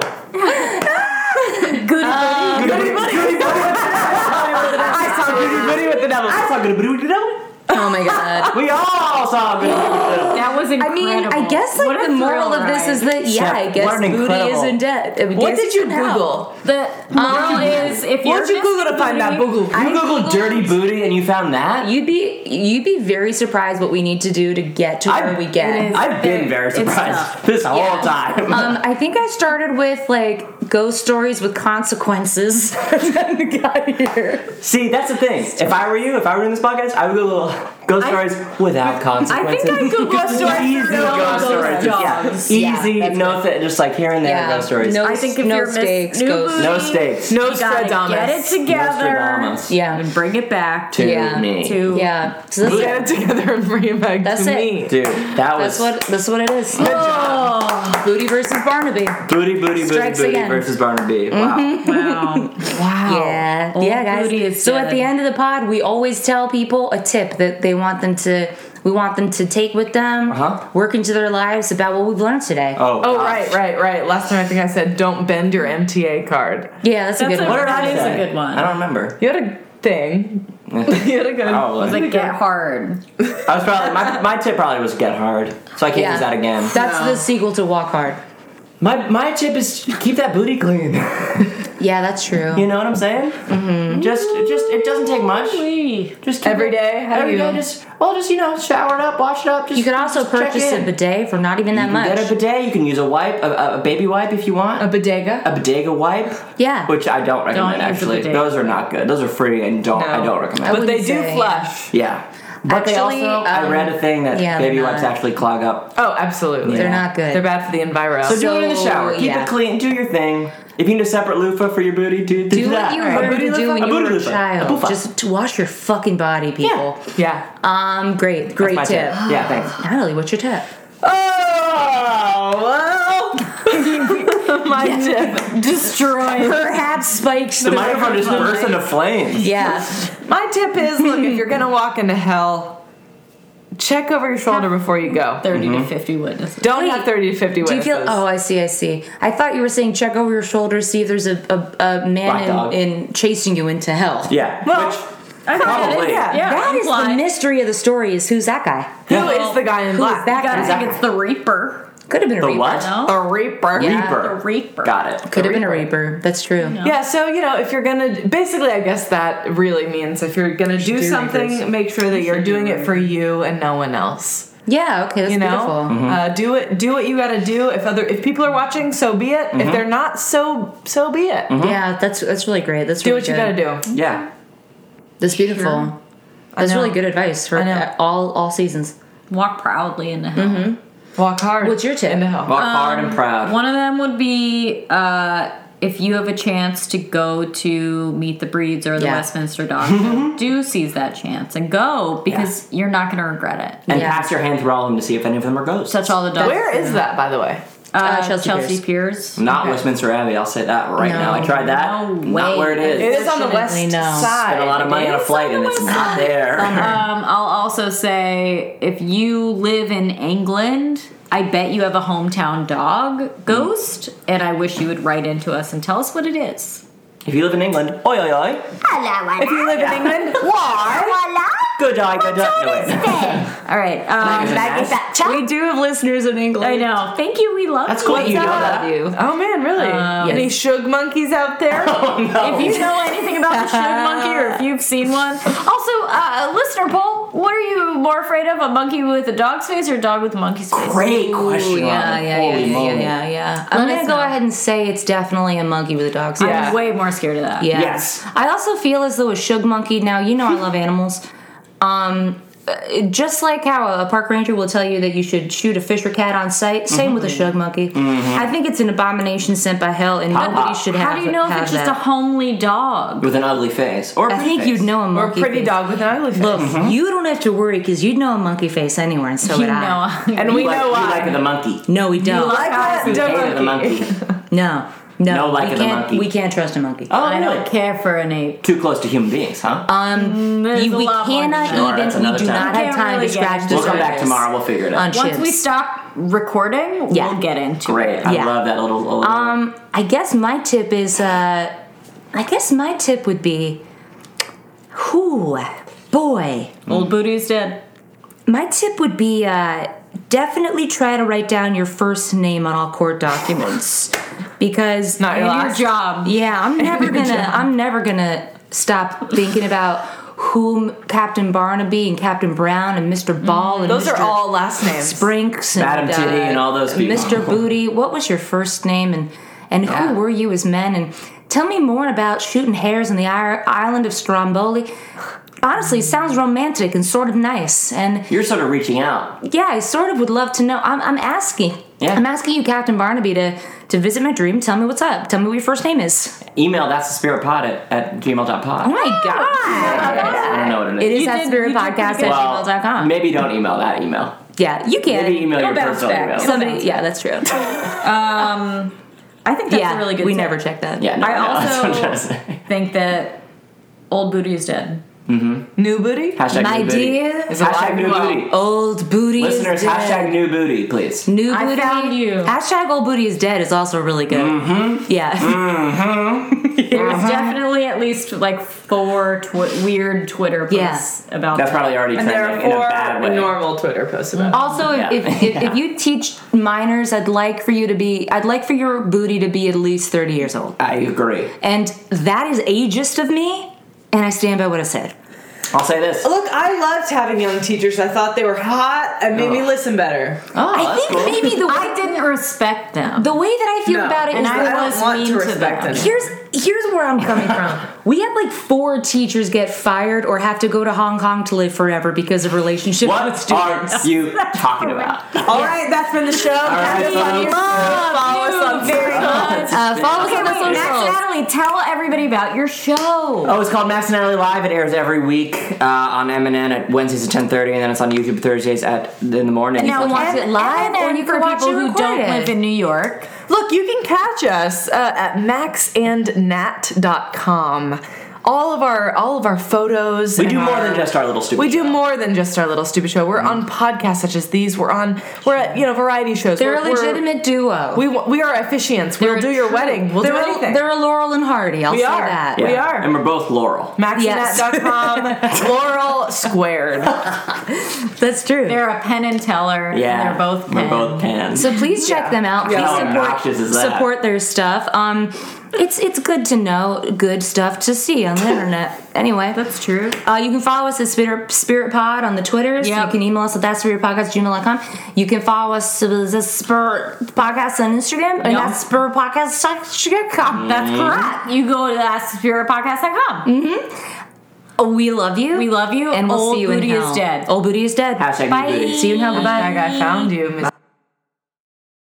S1: Goody Booty.
S3: Goody Booty. Goody Booty. I saw Goody Booty with the devil. I saw Goody Booty with the devil.
S2: (laughs) Oh my god.
S3: We all saw Goody Booty with the devil.
S1: That was
S2: I
S1: incredible.
S2: mean, I guess
S1: What
S2: like
S1: a
S2: the moral
S1: thrill
S2: of this
S1: ride.
S2: is that yeah,
S3: Chef,
S2: I guess
S3: what an
S2: booty
S3: incredible-
S2: isn't dead. I
S4: What
S2: guess
S4: did you
S2: it's hell.
S4: Google?
S1: the moral is if you're
S4: What did you
S1: Mr.
S4: Google to find that?
S1: Booty-
S4: Google.
S2: I
S3: You googled dirty booty and you found that?
S2: Uh, You'd be you'd be very surprised what we need to do to get to
S3: I-
S2: where we
S1: It
S2: get.
S1: is.
S3: I've been very
S1: It's tough.
S3: surprised this whole
S2: Yeah.
S3: time.
S2: Um, I think I started with like ghost stories with consequences, (laughs) and then got here.
S3: (laughs) See, that's the thing. If I were you, if I were in this podcast, I would Google ghost stories without
S1: I
S3: consequences.
S1: think I
S3: (laughs)
S4: (laughs)
S1: Googled ghost stories.
S3: Easy
S1: for all
S3: ghost
S1: those
S3: stories.
S1: dogs.
S3: Easy,
S2: that's
S3: no, th- just like here and there ghost stories.
S2: No,
S1: I think if
S2: no
S1: you're Miss
S2: stakes,
S1: New
S2: ghost-
S1: Booty,
S3: No stakes.
S4: No
S1: you gotta get it
S4: Stradamus.
S1: together
S3: Nostradamus.
S2: Yeah,
S1: and bring it back
S3: To
S1: to
S2: Yeah.
S3: me.
S1: to
S2: yeah. So that's,
S4: Get it together and bring it back
S2: That's
S4: to
S2: it.
S4: me.
S3: Dude, that
S2: that's
S3: was
S2: what that's what it is.
S1: Oh,
S2: Booty versus Barnaby.
S3: booty, booty, booty,
S2: Strikes
S3: booty
S2: again.
S3: versus Barnaby. Wow.
S1: wow.
S2: Yeah,
S3: Oh,
S1: Old
S2: yeah, guys.
S1: booty is
S2: so
S1: dead.
S2: at the end of the pod, we always tell people a tip that they want them to. We want them to take with them,
S3: Uh-huh.
S2: work into their lives about what we've learned today.
S3: Oh,
S4: Oh,
S3: gosh.
S4: right, right, right. Last time I think I said, don't bend your MTA card.
S2: yeah, that's,
S1: That's
S2: a good
S1: a-
S2: one.
S1: what That
S3: I
S1: is a
S3: say?
S1: good one.
S3: I don't remember.
S1: (laughs)
S3: (laughs)
S4: You had a thing. you had a good
S3: Probably.
S1: Like get hard.
S3: I was probably my, my tip probably was get hard, so I can't
S2: Yeah.
S3: use that again.
S2: That's
S1: No.
S2: the sequel to Walk Hard.
S3: My my tip is keep that booty clean. (laughs)
S2: Yeah, that's true.
S3: You know what I'm saying? Mm-hmm. Just just it doesn't take much. Just keep
S4: Every
S3: it-
S4: day? How do
S3: every
S4: you-
S3: day, Just well, just you know, shower it up, wash it up. Just
S2: You could also
S3: just check
S2: purchase a
S3: in.
S2: bidet for not even that
S3: You can
S2: much.
S3: Get a bidet. You can use a wipe, a, a- a baby wipe if you want.
S4: A bodega?
S3: a bodega wipe,
S2: yeah,
S3: which I don't recommend
S1: use a
S3: actually.
S1: bodega.
S3: Those are not good. Those are free and don't I
S4: No.
S3: don't recommend.
S4: but they do
S2: wouldn't say,
S4: flush.
S3: yeah. But they also
S2: Actually,
S3: I
S2: um,
S3: read a thing that
S2: yeah,
S3: baby
S2: they're
S3: wipes
S2: not.
S3: actually clog up.
S4: Oh, absolutely.
S2: they're not good.
S4: They're bad for the enviro.
S3: So, do it in the
S2: So,
S3: shower. Keep
S2: yeah.
S3: it clean. Do your thing. If you need a separate loofah for your booty, do, do,
S2: do
S3: that.
S2: what you
S3: A
S2: learned
S3: booty
S2: to do
S3: loofah?
S2: when
S3: A
S2: you
S3: booty
S2: were a
S3: loofah. A
S2: child.
S3: loofah.
S2: Just to wash your fucking body, people.
S4: yeah.
S2: Um, great, great
S3: My
S2: tip.
S3: Yeah,
S2: (gasps)
S3: thanks. (laughs)
S2: Natalie, what's your tip?
S4: Oh, (laughs)
S1: destroyed.
S2: Perhaps Spike should.
S3: The microphone just burst into flames.
S2: yeah.
S4: My tip is look, if you're gonna walk into hell, check over your shoulder before you go.
S1: 30 to 50 witnesses.
S4: Don't
S2: Wait,
S4: have 30 to 50
S2: Do you
S4: witnesses.
S2: feel? Oh, I see. I see. I thought you were saying check over your shoulder, see if there's a a, a
S3: Black
S2: man
S3: dog.
S2: in, in chasing you into hell. (laughs)
S3: Yeah.
S4: Well,
S3: Which,
S1: I
S3: (laughs) Probably.
S1: Yeah,
S3: Yeah,
S2: That is the mystery of the story. Is who's that guy?
S4: Who is the guy in
S2: Who is
S4: black?
S2: that
S1: Gotta
S2: guy?
S1: think it's the Reaper.
S2: Could have been a
S3: The
S2: reaper.
S3: what?
S1: No?
S4: A reaper.
S2: Yeah.
S3: Reaper.
S1: The Reaper.
S3: Got it.
S2: Could have been a reaper. That's true.
S4: Yeah, so you know, if you're gonna basically, I guess that really means if you're gonna do,
S2: do
S4: something,
S2: reapers.
S4: make sure that you're doing it for you and no one else.
S2: Yeah. Okay. That's
S4: You know,
S2: beautiful.
S3: Mm-hmm.
S4: uh, do it. Do what you got to do. If other if people are watching, so be it.
S3: Mm-hmm.
S4: If they're not, so so be it.
S2: Yeah. That's that's really great. That's
S4: Do
S2: really
S4: what you
S2: good.
S4: got to do.
S3: Yeah.
S2: That's beautiful. That's
S4: know.
S2: really good advice for
S4: I know.
S2: all all seasons.
S1: Walk proudly into hell.
S4: Walk hard.
S2: What's your tip?
S4: Into hell.
S3: Walk hard
S2: Um,
S3: and proud.
S1: One of them would be uh, if you have a chance to go to meet the Breeds or the
S2: Yeah.
S1: Westminster Dog Show, do seize that chance and go because you're not going to regret it.
S3: and
S2: Yeah.
S3: pass your hand through all of them to see if any of them are ghosts.
S1: Touch all the dogs.
S4: Where is that, by the way?
S1: Uh,
S2: Uh, Chelsea
S1: Chelsea, Piers.
S3: Not Westminster Abbey. I'll say that right
S2: No.
S3: now. I tried that.
S1: No way.
S3: Not where it is.
S4: It is on the west
S2: Unfortunately, no.
S4: side.
S3: Spent a
S4: (laughs)
S3: lot of money on a flight and it's not there.
S1: Um, I'll also say if you live in England, I bet you have a hometown dog ghost, and I wish you would write into us and tell us what it is.
S3: If you live in England, oi oi oi.
S4: If you live in England, why?
S3: Good eye, good eye. No, wait.
S1: All right. Um,
S2: We do have listeners in England.
S1: I know. Thank you. We love
S3: That's
S1: you.
S3: cool that you know
S2: I love
S3: that.
S2: you.
S4: Oh man, really? Any shug monkeys
S3: (laughs)
S4: out there?
S3: Oh,
S1: If you know anything about the shug monkey or if you've seen one. Also, uh, listener poll, what are you more afraid of? A monkey with a dog's face or a dog with a monkey's face?
S3: Great question.
S2: yeah,
S3: Robin.
S2: yeah,
S3: Holy
S2: yeah, yeah,
S3: moly.
S2: yeah, yeah. I'm
S1: Let
S2: gonna
S1: us
S2: go
S1: know.
S2: ahead and say it's definitely a monkey with a dog's
S1: I'm
S2: face.
S4: Yeah.
S1: way more scared of that.
S2: Yeah.
S3: Yes.
S2: I also feel as though a shug monkey. Now you know I love animals. Um, uh, just like how a park ranger will tell you that you should shoot a fish or cat on sight. Same
S1: Mm-hmm.
S2: with a shug monkey. I think it's an abomination sent by hell, and nobody
S3: pop.
S2: should have.
S1: How do you know if
S2: have
S1: it's
S2: that.
S1: just a homely dog?
S3: With an ugly face. Or a
S2: I
S3: pretty
S2: think you'd
S3: face.
S2: know a
S4: Or a
S2: monkey.
S4: pretty
S2: face.
S4: dog with an ugly face.
S2: Look, you don't have to worry because you'd know a monkey face anywhere, and so
S1: Mm-hmm. You
S2: would I.
S1: know.
S4: and we
S3: You like,
S4: know
S3: you
S4: why.
S3: like the monkey.
S2: No, we don't.
S4: like that?
S3: You
S4: Don't
S3: hate
S2: (laughs)
S3: the monkey.
S2: no, no,
S3: No like
S2: we
S3: of the
S2: can't.
S3: monkey.
S2: We can't trust a monkey.
S3: Oh,
S1: I don't
S3: really?
S1: care for an ape.
S3: Too close to human beings, huh?
S1: There's
S2: Um, You-
S1: a
S2: we
S1: lot more than
S2: cannot
S1: that.
S3: Sure, that's
S2: even. We
S3: another
S2: do
S3: time.
S2: not have
S1: Can't
S2: time
S1: really
S2: to
S1: get
S2: scratch
S1: into
S2: the
S3: we'll come back
S2: surface
S3: tomorrow. We'll figure it
S2: On
S3: out.
S1: Once we
S2: chimps.
S1: stop recording,
S2: Yeah.
S1: we'll get into
S3: Great.
S1: it.
S3: I
S2: Yeah.
S3: love that little. little
S2: Um, I guess my tip is, uh, I guess my tip would be, whoo, boy.
S1: Old Booty's dead.
S2: My tip would be, uh, definitely try to write down your first name on all court documents because
S4: Not your
S1: And
S4: last.
S1: your job.
S2: yeah,
S4: (laughs)
S2: I'm never gonna, I'm never gonna stop thinking about whom Captain Barnaby and Captain Brown and Mr. Ball and
S4: Mm-hmm. Those
S2: Mr.
S4: are all last names.
S2: Brinks and
S3: Madam Titty and all those people.
S2: Mr. Booty, what was your first name and and who were you as men? And tell me more about shooting hares in the ir- island of Stromboli. Honestly, it sounds romantic and sort of nice. And
S3: You're sort of reaching out.
S2: yeah, I sort of would love to know. I'm, I'm asking.
S3: Yeah.
S2: I'm asking you, Captain Barnaby, to, to visit my dream. Tell me what's up. Tell me what your first name is.
S3: Email that's the spirit pod at, at gmail.pod.
S2: Oh my God.
S3: I don't know what it
S2: It
S3: is.
S2: is
S1: You
S2: at
S1: did- you did
S2: spiritpodcast at
S1: pretty
S3: well,
S2: gmail.com.
S3: maybe don't email that email.
S2: yeah, you can.
S3: Maybe email your
S1: It'll bounce
S3: personal
S1: back.
S3: email.
S1: Some-
S2: Somebody, yeah, that's true.
S1: I think that's
S2: yeah,
S1: a really good
S2: we
S1: tip.
S2: never check that.
S3: yeah, no,
S1: I
S3: no, that's what I'm
S1: also-
S3: trying to (laughs) say.
S1: think that Old Booty is dead.
S4: New booty?
S3: Hashtag
S2: My
S3: new booty.
S2: dear
S4: Is
S3: Hashtag new booty.
S2: old booty
S3: Listeners,
S2: is dead.
S3: hashtag new booty, please.
S2: new
S1: I
S2: booty.
S1: found you.
S2: Hashtag old booty is dead is also really good.
S3: Mm-hmm.
S2: Yeah,
S1: There's definitely at least like four tw- weird Twitter
S2: Yeah.
S1: posts about
S3: That's
S1: that.
S3: probably already
S4: And there
S3: trending in a
S4: are
S3: bad
S4: four
S3: way.
S4: normal Twitter posts about it.
S2: (laughs) Also,
S3: Yeah.
S2: If, if, if you teach minors, I'd like for you to be, I'd like for your booty to be at least 30 years old.
S3: I agree.
S2: And that is ageist of me, and I stand by what I said.
S3: I'll say this.
S4: Oh, Look, I loved having young teachers. I thought they were hot and made me
S3: Oh.
S4: listen better.
S2: I think maybe the
S1: I
S2: way,
S1: didn't respect them.
S2: the way that I feel
S4: No.
S2: about it
S4: And
S2: is
S4: I
S2: that
S4: don't
S1: was
S4: want
S1: mean
S4: to
S1: to
S4: respect
S1: them.
S4: them.
S2: Here's here's where I'm coming from. We had like four teachers get fired or have to go to Hong Kong to live forever because of relationships with
S3: What
S2: students.
S3: are (laughs) you talking about?
S4: All right, that's been the show.
S3: right,
S4: Catch us on
S3: folks.
S4: your- Follow us on
S3: (laughs)
S4: Facebook.
S2: (laughs) Uh, follow us on the
S1: Wait, Max
S2: socials.
S1: Natalie, tell everybody about your show.
S3: Oh, it's called Max and Natalie Live. It airs every week uh, on MNN at Wednesdays at 10.30, and then it's on YouTube Thursdays at in the morning.
S1: now
S2: watch it live, or you
S1: for
S2: can watch
S1: people
S2: it
S1: who don't
S2: recorded.
S1: live in New York.
S2: Look,
S4: look, you can catch us uh, at maxandnat.com. All of our all of our photos.
S3: We
S4: and
S3: do more
S4: our-
S3: than just our little stupid
S4: We do
S3: show.
S4: more than just our little stupid show. We're on podcasts such as these. We're on. We're at you know variety shows.
S2: They're
S4: We're-
S2: a
S4: we're-
S2: legitimate duo.
S4: We wa- we are officiants.
S2: They're
S4: We'll do your
S2: true-
S4: wedding. We'll
S2: they're
S4: do
S2: a-
S4: anything.
S2: They're a Laurel and Hardy. I'll
S4: We
S2: say
S4: are.
S2: that.
S4: We are.
S3: And we're both Laurel.
S2: Yes. (laughs)
S4: Maxandnat.com. Laurel squared.
S2: That's true.
S1: They're a Penn and Teller.
S3: yeah.
S1: And they're both Penn.
S3: We're both Penn.
S2: So please check them out. Please
S4: Yeah.
S3: How
S2: support,
S3: obnoxious is that?
S2: support their stuff. Um, it's it's good to know good stuff to see
S1: (laughs)
S2: on the internet. Anyway,
S1: That's true.
S2: Uh, you can follow us at Spirit, Spirit Pod on the Twitters.
S1: Yep.
S2: You can email us at that's Spirit Podcast gmail.com. You can follow us as the Spirit Podcast on Instagram and
S1: Yep.
S2: that's Spirit Podcast on (laughs) Instagram.
S1: That's
S3: Mm-hmm.
S1: correct. You go to askspiritpodcast.com.
S2: Oh, we love you.
S1: We love you.
S2: and we'll
S1: Old
S2: see you
S1: Booty
S2: in
S1: is
S2: hell.
S1: dead.
S2: Old booty is dead.
S3: Hashtag new
S1: Bye.
S3: booty.
S2: See you in hell. Goodbye.
S4: Hashtag I found you, Miss